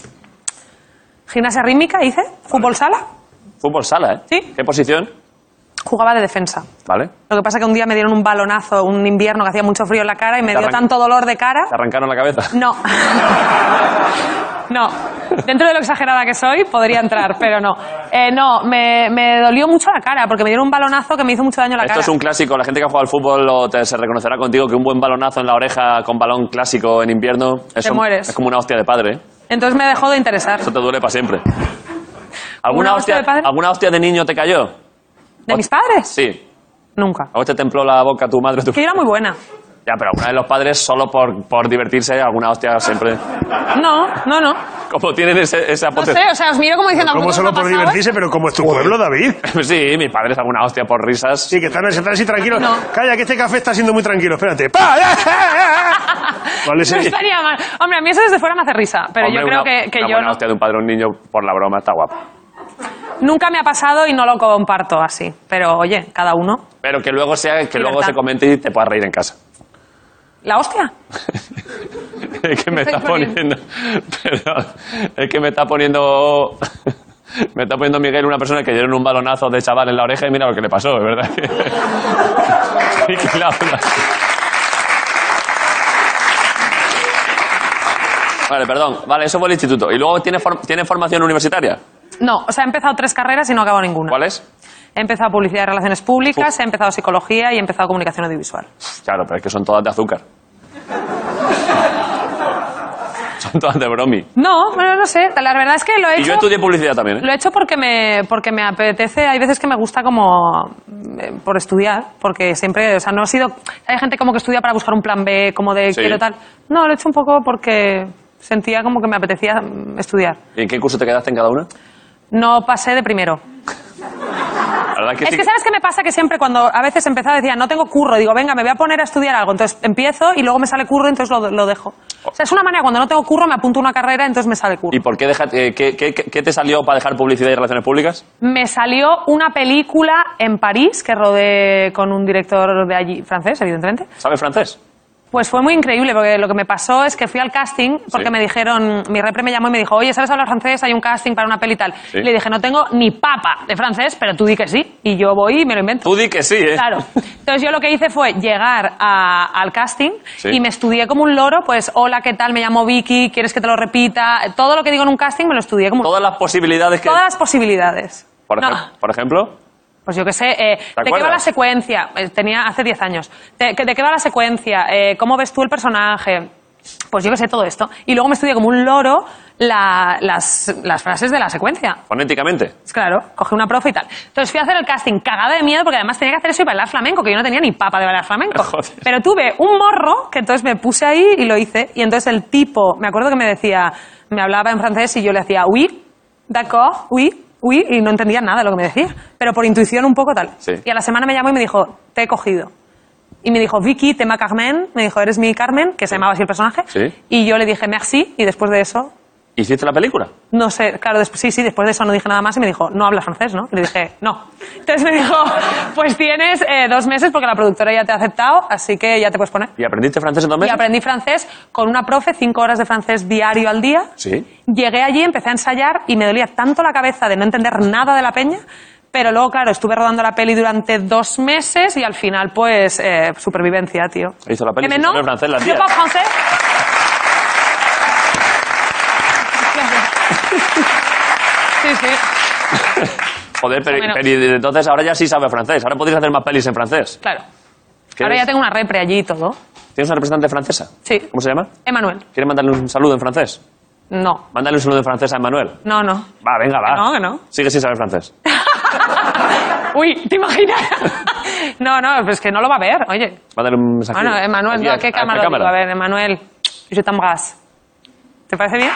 Speaker 8: gimnasia rítmica, hice. Fútbol sala.
Speaker 1: Fútbol sala, ¿eh?
Speaker 8: Sí.
Speaker 1: ¿Qué posición?
Speaker 8: Jugaba de defensa.
Speaker 1: Vale.
Speaker 8: Lo que pasa que un día me dieron un balonazo, un invierno que hacía mucho frío en la cara y me
Speaker 1: Te
Speaker 8: dio
Speaker 1: arranca-
Speaker 8: tanto dolor de cara.
Speaker 1: ¿Te arrancaron la cabeza?
Speaker 8: No. No. Dentro de lo exagerada que soy, podría entrar, pero no. Eh, no, me, me dolió mucho la cara porque me dieron un balonazo que me hizo mucho daño la
Speaker 1: Esto
Speaker 8: cara.
Speaker 1: es un clásico. La gente que ha jugado al fútbol lo- te- se reconocerá contigo que un buen balonazo en la oreja con balón clásico en invierno es,
Speaker 8: Te
Speaker 1: un-
Speaker 8: mueres.
Speaker 1: es como una hostia de padre. ¿eh?
Speaker 8: Entonces me dejó de interesar.
Speaker 1: Eso te duele para siempre.
Speaker 8: ¿Una hostia de padre?
Speaker 1: ¿Alguna hostia de niño te cayó?
Speaker 8: ¿De mis padres?
Speaker 1: Sí.
Speaker 8: Nunca.
Speaker 1: ¿A vos te templó la boca tu madre? Tu...
Speaker 8: Que yo era muy buena.
Speaker 1: Ya, pero alguna de los padres solo por, por divertirse, alguna hostia siempre.
Speaker 8: No, no, no.
Speaker 1: Como tienen ese, esa
Speaker 8: No sé, o sea, os miro como diciendo...
Speaker 2: como
Speaker 8: ¿alguno
Speaker 2: solo
Speaker 8: os ha
Speaker 2: por
Speaker 8: pasado? ¿eh?
Speaker 2: divertirse, pero como es tu pueblo, David.
Speaker 1: Sí, mis padres alguna hostia por risas.
Speaker 2: Sí, que están, están así tranquilos.
Speaker 8: No.
Speaker 2: Calla, que este café está siendo muy tranquilo. Espérate. ¡Pa! ¡Ah! ¡Ah! ¡Ah! Vale, sí.
Speaker 8: No estaría mal. Hombre, a mí eso desde fuera me hace risa, pero yo
Speaker 1: Hombre,
Speaker 8: creo
Speaker 1: una-
Speaker 8: que, que
Speaker 1: una
Speaker 8: yo
Speaker 1: buena
Speaker 8: no-
Speaker 1: hostia de un padre a un niño por la broma está guapo.
Speaker 8: nunca me ha pasado y no lo comparto así. Pero oye, cada uno.
Speaker 1: Pero que luego sea que luego
Speaker 8: Libertad.
Speaker 1: se comente y te puedas reír en casa.
Speaker 8: ¿La hostia?
Speaker 1: es que me
Speaker 8: Estoy
Speaker 1: está
Speaker 8: poniendo-
Speaker 1: poniendo perdón, es que me está poniendo me está poniendo Miguel una persona que dieron un balonazo de chaval en la oreja y mira lo que le pasó, es verdad. que- Sí, que la onda. Vale, perdón. Vale, eso fue el instituto. ¿Y luego tiene, for- tiene formación universitaria?
Speaker 8: No, o sea, he empezado tres carreras y no acabo ninguna.
Speaker 1: ¿Cuál es?
Speaker 8: He empezado publicidad y relaciones públicas, he empezado psicología y he empezado comunicación audiovisual.
Speaker 1: Claro, pero es que son todas de azúcar. son todas de bromi.
Speaker 8: No, bueno, no sé. La verdad es que lo he
Speaker 1: Y yo
Speaker 8: hecho.
Speaker 1: estudié publicidad también, ¿eh?
Speaker 8: Lo he hecho porque me, porque me apetece. Hay veces que me gusta como eh, por estudiar, porque siempre, o sea, no ha sido. Hay gente como que estudia para buscar un plan B, como de
Speaker 1: Sí.
Speaker 8: quiero tal. No, lo he hecho un poco porque Sentía como que me apetecía mm, estudiar.
Speaker 1: ¿Y en qué curso te quedaste en cada una?
Speaker 8: No pasé de primero.
Speaker 1: La verdad es que
Speaker 8: Es
Speaker 1: sí
Speaker 8: que sabes qué me pasa que siempre cuando a veces empezaba decía, no tengo curro, digo, venga, me voy a poner a estudiar algo, entonces empiezo y luego me sale curro, entonces lo, lo dejo. O sea, es una manera, cuando no tengo curro me apunto a una carrera, entonces me sale curro.
Speaker 1: ¿Y por qué, deja- eh, qué, qué- qué- qué te salió para dejar publicidad y relaciones públicas?
Speaker 8: Me salió una película en París que rodé con un director de allí, francés, evidentemente.
Speaker 1: ¿Sabes francés?
Speaker 8: Pues fue muy increíble, porque lo que me pasó es que fui al casting porque
Speaker 1: Sí.
Speaker 8: me dijeron, mi repre me llamó y me dijo, oye, ¿sabes hablar francés? Hay un casting para una peli y tal.
Speaker 1: Sí.
Speaker 8: Y le dije, no tengo ni papa de francés, pero tú di que sí. Y yo voy y me lo invento.
Speaker 1: Tú di que sí, ¿eh?
Speaker 8: Claro. Entonces yo lo que hice fue llegar a- al casting
Speaker 1: Sí.
Speaker 8: y me estudié como un loro, pues, hola, ¿qué tal? Me llamo Vicky, ¿quieres que te lo repita? Todo lo que digo en un casting me lo estudié como un
Speaker 1: Todas las posibilidades que...
Speaker 8: Todas las posibilidades.
Speaker 1: Por,
Speaker 8: No,
Speaker 1: ejem- por ejemplo,
Speaker 8: pues yo qué sé, eh, ¿de qué va
Speaker 1: acuerdas?
Speaker 8: la secuencia? Eh, Tenía hace 10 años. ¿De, que- de qué va la secuencia? Eh, ¿Cómo ves tú el personaje? Pues yo qué sé, todo esto. Y luego me estudié como un loro la- las, las frases de la secuencia.
Speaker 1: fonéticamente.
Speaker 8: Pues claro, cogí una profe y tal. Entonces fui a hacer el casting cagada de miedo porque además tenía que hacer eso y bailar flamenco, que yo no tenía ni papa de bailar flamenco.
Speaker 1: Joder.
Speaker 8: Pero tuve un morro que entonces me puse ahí y lo hice. Y entonces el tipo, me acuerdo que me decía, me hablaba en francés y yo le hacía oui, d'accord, oui, oui, y no entendía nada de lo que me decía. Pero por intuición un poco tal.
Speaker 1: Sí.
Speaker 8: Y a la semana me llamó y me dijo, te he cogido. Y me dijo, Vicky, tema Carmen. Me dijo, eres mi Carmen, que se llamaba así el personaje.
Speaker 1: Sí.
Speaker 8: Y yo le dije, merci. Y después de eso
Speaker 1: ¿Hiciste la película?
Speaker 8: no sé, claro, después, sí, sí, después de eso no dije nada más y me dijo, no hablas francés, ¿no? Le dije, no. Entonces me dijo, pues tienes eh, dos meses porque la productora ya te ha aceptado, así que ya te puedes poner.
Speaker 1: ¿Y aprendiste francés en dos
Speaker 8: Y
Speaker 1: meses?
Speaker 8: aprendí francés con una profe, cinco horas de francés diario al día.
Speaker 1: Sí.
Speaker 8: Llegué allí, empecé a ensayar y me dolía tanto la cabeza de no entender nada de la peña, pero luego, claro, estuve rodando la peli durante dos meses y al final, pues, eh, supervivencia, tío.
Speaker 1: Hizo la peli
Speaker 8: Eh,
Speaker 1: sin
Speaker 8: ¿no?
Speaker 1: saber francés, la
Speaker 8: Je
Speaker 1: tía.
Speaker 8: parle français. Sí, sí.
Speaker 1: Joder, pero,
Speaker 8: Bueno.
Speaker 1: pero y de- entonces ahora ya sí sabes francés. Ahora podrías hacer más pelis en francés.
Speaker 8: Claro.
Speaker 1: ¿Qué
Speaker 8: Ahora
Speaker 1: es?
Speaker 8: ya tengo una repre allí y todo.
Speaker 1: ¿Tienes una representante francesa?
Speaker 8: Sí.
Speaker 1: ¿Cómo se llama?
Speaker 8: Emanuel.
Speaker 1: ¿Quieres mandarle un saludo en francés?
Speaker 8: No.
Speaker 1: Mándale un saludo en francés a Emanuel.
Speaker 8: No, no.
Speaker 1: Va, venga, va.
Speaker 8: Que no, que no.
Speaker 1: Sigue sin saber francés.
Speaker 8: Uy, ¿te imaginas? no, no, pues que no lo va a ver, oye.
Speaker 1: Mándale un mensaje.
Speaker 8: Bueno, Emanuel,
Speaker 1: Aquí,
Speaker 8: no, ¿a qué cámara, lo
Speaker 1: cámara?
Speaker 8: digo? A ver, Emanuel, je t'embrasse. ¿Te parece bien?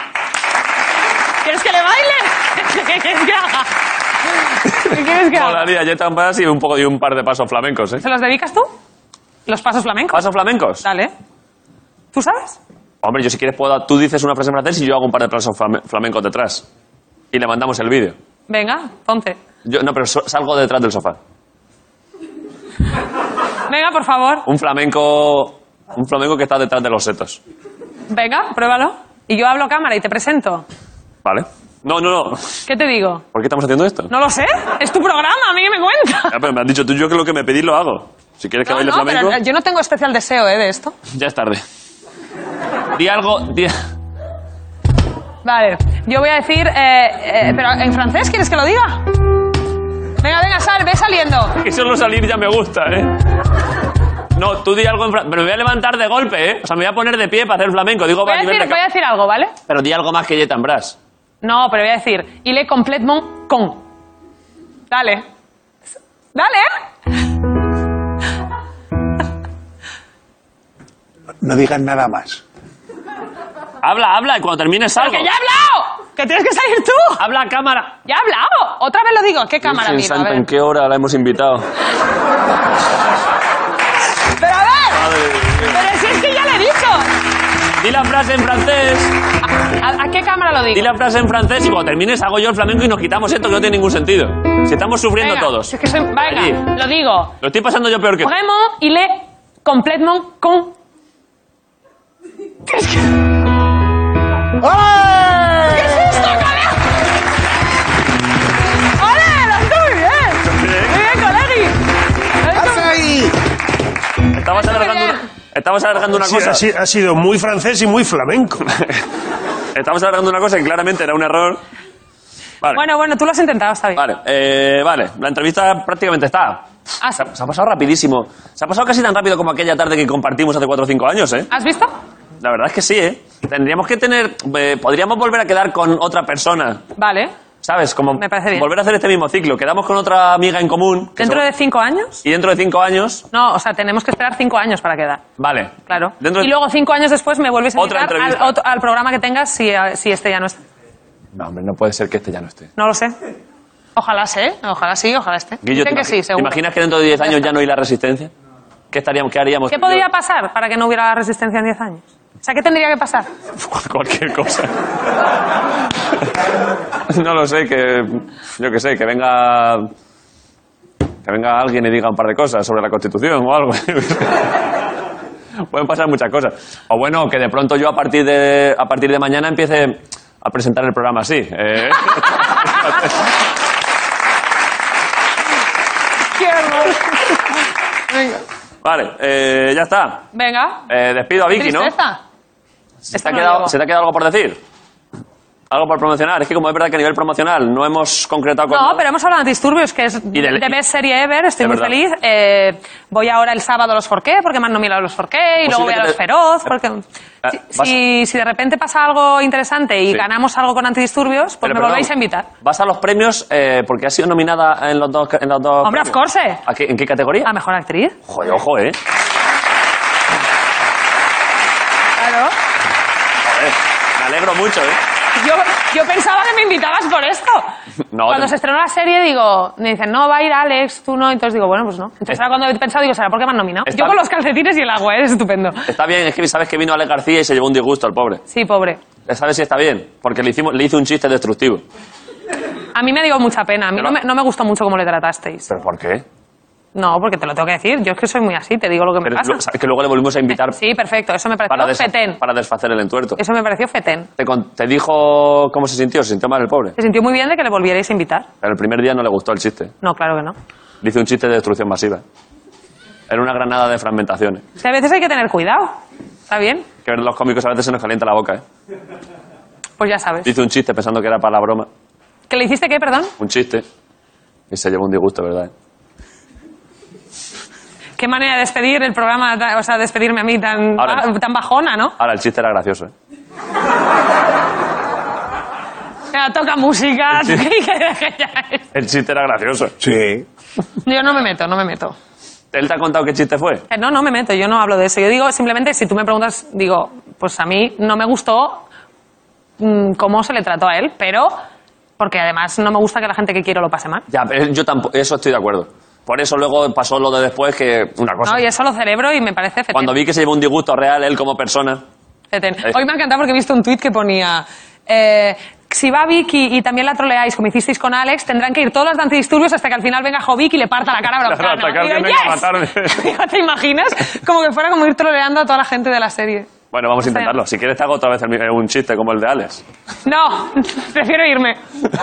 Speaker 8: ¿Quieres que le baile? ¿Qué quieres que haga? ¿Qué quieres que haga?
Speaker 1: Molaría, yo tan y un, poco, y un par de pasos flamencos, ¿eh?
Speaker 8: ¿Se los dedicas tú? ¿Los pasos flamencos?
Speaker 1: ¿Pasos flamencos?
Speaker 8: Dale. ¿Tú sabes?
Speaker 1: Hombre, yo si quieres puedo... Tú dices una frase en francés y yo hago un par de pasos flame- flamencos detrás. Y le mandamos el vídeo.
Speaker 8: Venga, ponte.
Speaker 1: Yo, no, pero so- salgo detrás del sofá.
Speaker 8: Venga, por favor.
Speaker 1: Un flamenco... Un flamenco que está detrás de los setos.
Speaker 8: Venga, pruébalo. Y yo hablo a cámara y te presento.
Speaker 1: ¿Vale? No, no, no.
Speaker 8: ¿Qué te digo?
Speaker 1: ¿Por qué estamos haciendo esto?
Speaker 8: No lo sé. Es tu programa, a mí que me cuenta.
Speaker 1: Ya, pero me has dicho tú, yo que lo que me pedís lo hago. Si quieres que
Speaker 8: No,
Speaker 1: baile
Speaker 8: no,
Speaker 1: flamenco,
Speaker 8: pero yo no tengo especial deseo ¿eh, de esto.
Speaker 1: ya es tarde. Di algo... di-
Speaker 8: Vale, yo voy a decir, eh, eh, pero en francés, ¿quieres que lo diga? Venga, venga, sal, ve saliendo.
Speaker 1: Que solo salir ya me gusta, ¿eh? No, tú di algo en francés. Pero me voy a levantar de golpe, ¿eh? O sea, me voy a poner de pie para hacer flamenco. Digo,
Speaker 8: Voy
Speaker 1: va,
Speaker 8: a
Speaker 1: nivel
Speaker 8: decir,
Speaker 1: de
Speaker 8: voy
Speaker 1: ca-
Speaker 8: a decir algo, ¿vale?
Speaker 1: Pero di algo más que Jet Brás.
Speaker 8: No, pero voy a decir, il est complètement con. Dale. Dale. ¿eh?
Speaker 6: No digas nada más.
Speaker 1: Habla, habla, y cuando termines algo.
Speaker 8: ¡Que ya he hablado! ¡Que tienes que salir tú!
Speaker 1: Habla a cámara.
Speaker 8: ¡Ya he hablado! Otra vez lo digo, ¿qué cámara
Speaker 1: Virgen
Speaker 8: mira? A
Speaker 1: Santa, ¿en
Speaker 8: ver.
Speaker 1: qué hora la hemos invitado?
Speaker 8: Pero a ver,
Speaker 1: Madre mía.
Speaker 8: pero si es que ya le he dicho.
Speaker 1: Di la frase en francés.
Speaker 8: ¿A, a- a qué cámara lo
Speaker 1: Di
Speaker 8: digo?
Speaker 1: la frase en francés y cuando termines hago yo el flamenco y nos quitamos esto que no tiene ningún sentido. Si estamos sufriendo
Speaker 8: Venga,
Speaker 1: todos.
Speaker 8: si es que soy- venga,
Speaker 1: Allí.
Speaker 8: lo digo.
Speaker 1: Lo estoy pasando yo peor que tú.
Speaker 8: Vraiment, il est complètement con. ¿Qué es esto, colega? ¡Ole! ¡Lo has hecho muy bien! ¡Muy bien, colegi! Lo has hecho muy-
Speaker 1: Ah, Estabas
Speaker 8: Muy
Speaker 1: alargando
Speaker 8: bien.
Speaker 1: una, estabas alargando una
Speaker 2: Sí,
Speaker 1: cosa.
Speaker 2: ha, si- ha sido muy francés y muy flamenco.
Speaker 1: Estabas alargando una cosa que claramente era un error. Vale.
Speaker 8: Bueno, bueno, tú lo has intentado, está bien.
Speaker 1: Vale, eh, vale. La entrevista prácticamente está.
Speaker 8: Ah, sí.
Speaker 1: Se ha, se ha pasado rapidísimo. Se ha pasado casi tan rápido como aquella tarde que compartimos hace 4 o 5 años, ¿eh?
Speaker 8: ¿Has visto?
Speaker 1: La verdad es que sí, ¿eh? Tendríamos que tener... eh, podríamos volver a quedar con otra persona
Speaker 8: Vale.
Speaker 1: ¿Sabes? Como
Speaker 8: Me parece bien.
Speaker 1: volver a hacer este mismo ciclo. Quedamos con otra amiga en común. que
Speaker 8: ¿Dentro
Speaker 1: se-
Speaker 8: de cinco años?
Speaker 1: Y dentro de cinco años.
Speaker 8: No, o sea, tenemos que esperar cinco años para quedar.
Speaker 1: Vale.
Speaker 8: Claro.
Speaker 1: Dentro de-
Speaker 8: Y luego cinco años después me vuelves a
Speaker 1: Otra
Speaker 8: invitar al,
Speaker 1: entrevista.
Speaker 8: otro- al programa que tengas si, eh, si este ya no está.
Speaker 1: No, hombre, no puede ser que este ya no esté.
Speaker 8: No lo sé. Ojalá sé, ojalá sí, ojalá esté.
Speaker 1: Guillo,
Speaker 8: Dicen
Speaker 1: ¿te
Speaker 8: que
Speaker 1: imagi-
Speaker 8: sí,
Speaker 1: ¿Te
Speaker 8: seguro.
Speaker 1: imaginas que dentro de 10 años ya no hay la resistencia? ¿Qué, estaríamos, qué haríamos?
Speaker 8: ¿Qué podría pasar para que no hubiera resistencia en diez años? O sea, ¿qué tendría que pasar?
Speaker 1: Cual- Cualquier cosa. no lo sé, que. Yo qué sé, que venga. Que venga alguien y diga un par de cosas sobre la Constitución o algo. Pueden pasar muchas cosas. O bueno, que de pronto yo a partir de, a partir de mañana empiece a presentar el programa así. eh.
Speaker 8: Venga.
Speaker 1: Vale, eh, ya está.
Speaker 8: Venga.
Speaker 1: Eh, despido a Vicky, ¿no?
Speaker 8: Tristeza.
Speaker 1: ¿Se te,
Speaker 8: Esto
Speaker 1: ha
Speaker 8: no
Speaker 1: quedado,
Speaker 8: llego.
Speaker 1: se te ha quedado algo por decir? ¿Algo por promocionar? Es que como es verdad que a nivel promocional no hemos concretado con...
Speaker 8: No, pero hemos hablado de Disturbios, que es
Speaker 1: Y del-
Speaker 8: de best serie ever, estoy
Speaker 1: Es
Speaker 8: muy
Speaker 1: verdad.
Speaker 8: feliz. Eh, voy ahora el sábado a los Forqué, porque me han nominado a los Forqué, y
Speaker 1: Posible
Speaker 8: luego
Speaker 1: que
Speaker 8: voy a los
Speaker 1: te- Ah,
Speaker 8: Feroz, porque si,
Speaker 1: vas-
Speaker 8: si, si de repente pasa algo interesante y
Speaker 1: Sí.
Speaker 8: ganamos algo con Antidisturbios, pues
Speaker 1: Pero,
Speaker 8: me
Speaker 1: perdón,
Speaker 8: volvéis a invitar.
Speaker 1: Vas a los premios eh, porque has sido nominada en los dos. En los dos
Speaker 8: Hombre, of
Speaker 1: premios.
Speaker 8: course.
Speaker 1: ¿A qué- ¿En qué categoría?
Speaker 8: A Mejor Actriz.
Speaker 1: Joder, ojo, ¿eh?
Speaker 8: Claro.
Speaker 1: Joder, me alegro mucho, ¿eh?
Speaker 8: Yo, yo pensaba que me invitabas por esto.
Speaker 1: No,
Speaker 8: cuando
Speaker 1: te-
Speaker 8: se estrenó la serie, digo, me dicen, no, va a ir Alex, tú no. Entonces digo, bueno, pues no. Entonces
Speaker 1: Está-
Speaker 8: ahora cuando he pensado, digo, ¿será por qué me han nominado?
Speaker 1: Está-
Speaker 8: Yo con los calcetines y el agua, eres estupendo.
Speaker 1: Está bien, es que sabes que vino Ale García y se llevó un disgusto al pobre.
Speaker 8: Sí, pobre.
Speaker 1: ¿Sabes si está bien? Porque le, hicimos, le hice un chiste destructivo.
Speaker 8: A mí me dio mucha pena. A mí
Speaker 1: Pero-
Speaker 8: no me, no me gustó mucho cómo le tratasteis.
Speaker 1: ¿Pero por qué?
Speaker 8: No, porque te lo tengo que decir. Yo es que soy muy así, te digo lo que me
Speaker 1: Pero
Speaker 8: pasa.
Speaker 1: lo- sabes que luego le volvimos a invitar
Speaker 8: Sí, perfecto. Eso me
Speaker 1: para,
Speaker 8: pareció
Speaker 1: desha-
Speaker 8: fetén.
Speaker 1: para desfacer el entuerto.
Speaker 8: Eso me pareció fetén.
Speaker 1: Te, con- te dijo cómo se sintió, se sintió mal el pobre.
Speaker 8: Se sintió muy bien de que le volvierais a invitar.
Speaker 1: Pero el primer día no le gustó el chiste.
Speaker 8: No, claro que no.
Speaker 1: Le hice un chiste de destrucción masiva. Era una granada de fragmentaciones.
Speaker 8: O sea, a veces hay que tener cuidado. ¿Está bien?
Speaker 1: Que los cómicos a veces se nos calienta la boca, ¿eh?
Speaker 8: Pues ya sabes.
Speaker 1: Hice un chiste pensando que era para la broma.
Speaker 8: ¿Que le hiciste qué, perdón?
Speaker 1: Un chiste. Y se llevó un disgusto, ¿verdad?
Speaker 8: Qué manera de despedir el programa, ta- o sea, despedirme a mí tan,
Speaker 1: Ahora-
Speaker 8: ah, tan bajona, ¿no?
Speaker 1: Ahora, el chiste era gracioso, ¿eh?
Speaker 8: Mira, toca música.
Speaker 1: Sí.
Speaker 8: que deje ya esto.
Speaker 1: El chiste era gracioso.
Speaker 6: Sí.
Speaker 8: Yo no me meto, no me meto.
Speaker 1: ¿Él te ha contado qué chiste fue?
Speaker 8: Eh, No, no me meto, yo no hablo de eso. Yo digo simplemente, si tú me preguntas, digo, pues a mí no me gustó mm, cómo se le trató a él, pero porque además no me gusta que la gente que quiero lo pase mal.
Speaker 1: Ya, pero yo tampoco... Eso estoy de acuerdo. Por eso luego pasó lo de después que... Una cosa.
Speaker 8: No, y eso lo cerebro y me parece fetén.
Speaker 1: Cuando vi que se llevó un disgusto real, él como persona...
Speaker 8: Fetén.
Speaker 1: Eh.
Speaker 8: Hoy me ha encantado porque he visto un tuit que ponía... eh, si va Vicky y también la troleáis como hicisteis con Alex, tendrán que ir todas las de antidisturbios hasta que al final venga Jovic y le parta la cara a
Speaker 1: Claro,
Speaker 8: Braucano.
Speaker 1: atacarme,
Speaker 8: Digo,
Speaker 1: venga,
Speaker 8: "Yes".
Speaker 1: matarme.
Speaker 8: Digo, ¿Te imaginas? Como que fuera como ir troleando a toda la gente de la serie.
Speaker 1: Bueno, vamos a
Speaker 8: O sea-
Speaker 1: intentarlo. Si quieres te hago otra vez el mi- eh, un chiste como el de Alex.
Speaker 8: No, prefiero irme.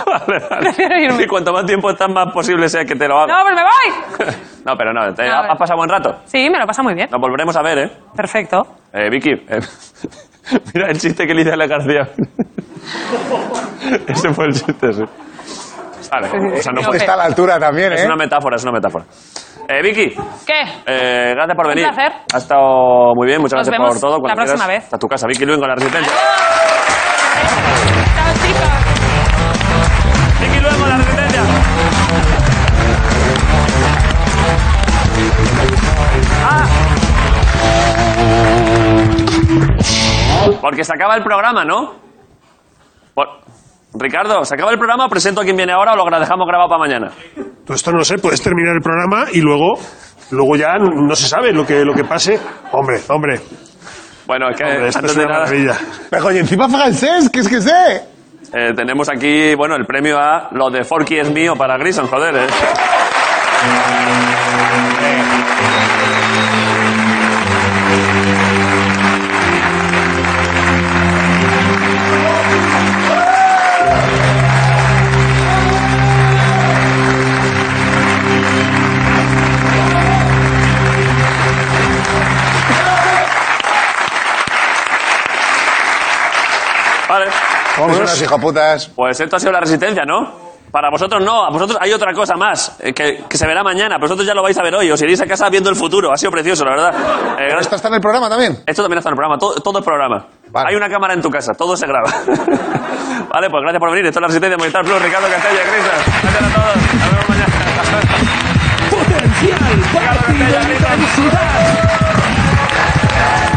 Speaker 1: vale,
Speaker 8: Prefiero irme.
Speaker 1: Y cuanto más tiempo estás, más posible sea que te lo
Speaker 8: No,
Speaker 1: haga.
Speaker 8: pues me voy.
Speaker 1: No, pero no. te-
Speaker 8: No,
Speaker 1: ¿Has
Speaker 8: vale.
Speaker 1: pasado buen rato?
Speaker 8: Sí, me lo pasa muy bien.
Speaker 1: Nos volveremos a ver, ¿eh?
Speaker 8: Perfecto.
Speaker 1: Eh, Vicky, eh, mira el chiste que le hice a la García. Ese fue el chiste, sí. Vale, o sea, no fue-
Speaker 6: Está a la altura también, ¿eh?
Speaker 1: es una metáfora, es una metáfora. Eh, Vicky,
Speaker 8: ¿Qué?
Speaker 1: eh, gracias por venir.
Speaker 8: placer.
Speaker 1: Ha estado muy bien, muchas
Speaker 8: Nos
Speaker 1: gracias
Speaker 8: vemos
Speaker 1: por todo.
Speaker 8: la
Speaker 1: Cuando
Speaker 8: próxima
Speaker 1: quieras,
Speaker 8: vez.
Speaker 1: A tu casa, Vicky Luengo, La Resistencia.
Speaker 8: Chao, chicos.
Speaker 1: Vicky Luengo, La Resistencia. Ah. Porque se acaba el programa, ¿no? Por- Ricardo, se acaba el programa, presento a quien viene ahora o lo gra- dejamos grabado para mañana.
Speaker 2: Todo esto no lo sé, puedes terminar el programa y luego, luego ya no se sabe lo que, lo que pase. Hombre, hombre,
Speaker 1: Bueno, es que
Speaker 2: hombre, esto
Speaker 1: Eh, antes
Speaker 2: es
Speaker 1: de
Speaker 2: una
Speaker 1: nada
Speaker 2: maravilla.
Speaker 6: Pero coño, encima francés, que es que sé.
Speaker 1: eh, tenemos aquí, bueno, el premio a lo de Forky es mío para Grison, joder. eh. Vale.
Speaker 6: Son unos hijoputas.
Speaker 1: Pues esto ha sido la resistencia, ¿no? Para vosotros no, a vosotros hay otra cosa más, eh, que, que se verá mañana, pero vosotros ya lo vais a ver hoy, os iréis a casa viendo el futuro, ha sido precioso, la verdad. Eh,
Speaker 6: Pero
Speaker 1: gracias-
Speaker 6: esta está en el programa también.
Speaker 1: Esto también está en el programa, todo, todo es programa.
Speaker 6: Vale.
Speaker 1: Hay una cámara en tu casa, todo se graba. vale, pues gracias por venir. Esto es la Resistencia Movistar Plus, Ricardo Castella, Grisa. Gracias a todos. Nos vemos mañana.
Speaker 9: Potencial
Speaker 1: Ricardo Castella, Grisa.
Speaker 9: intensidad.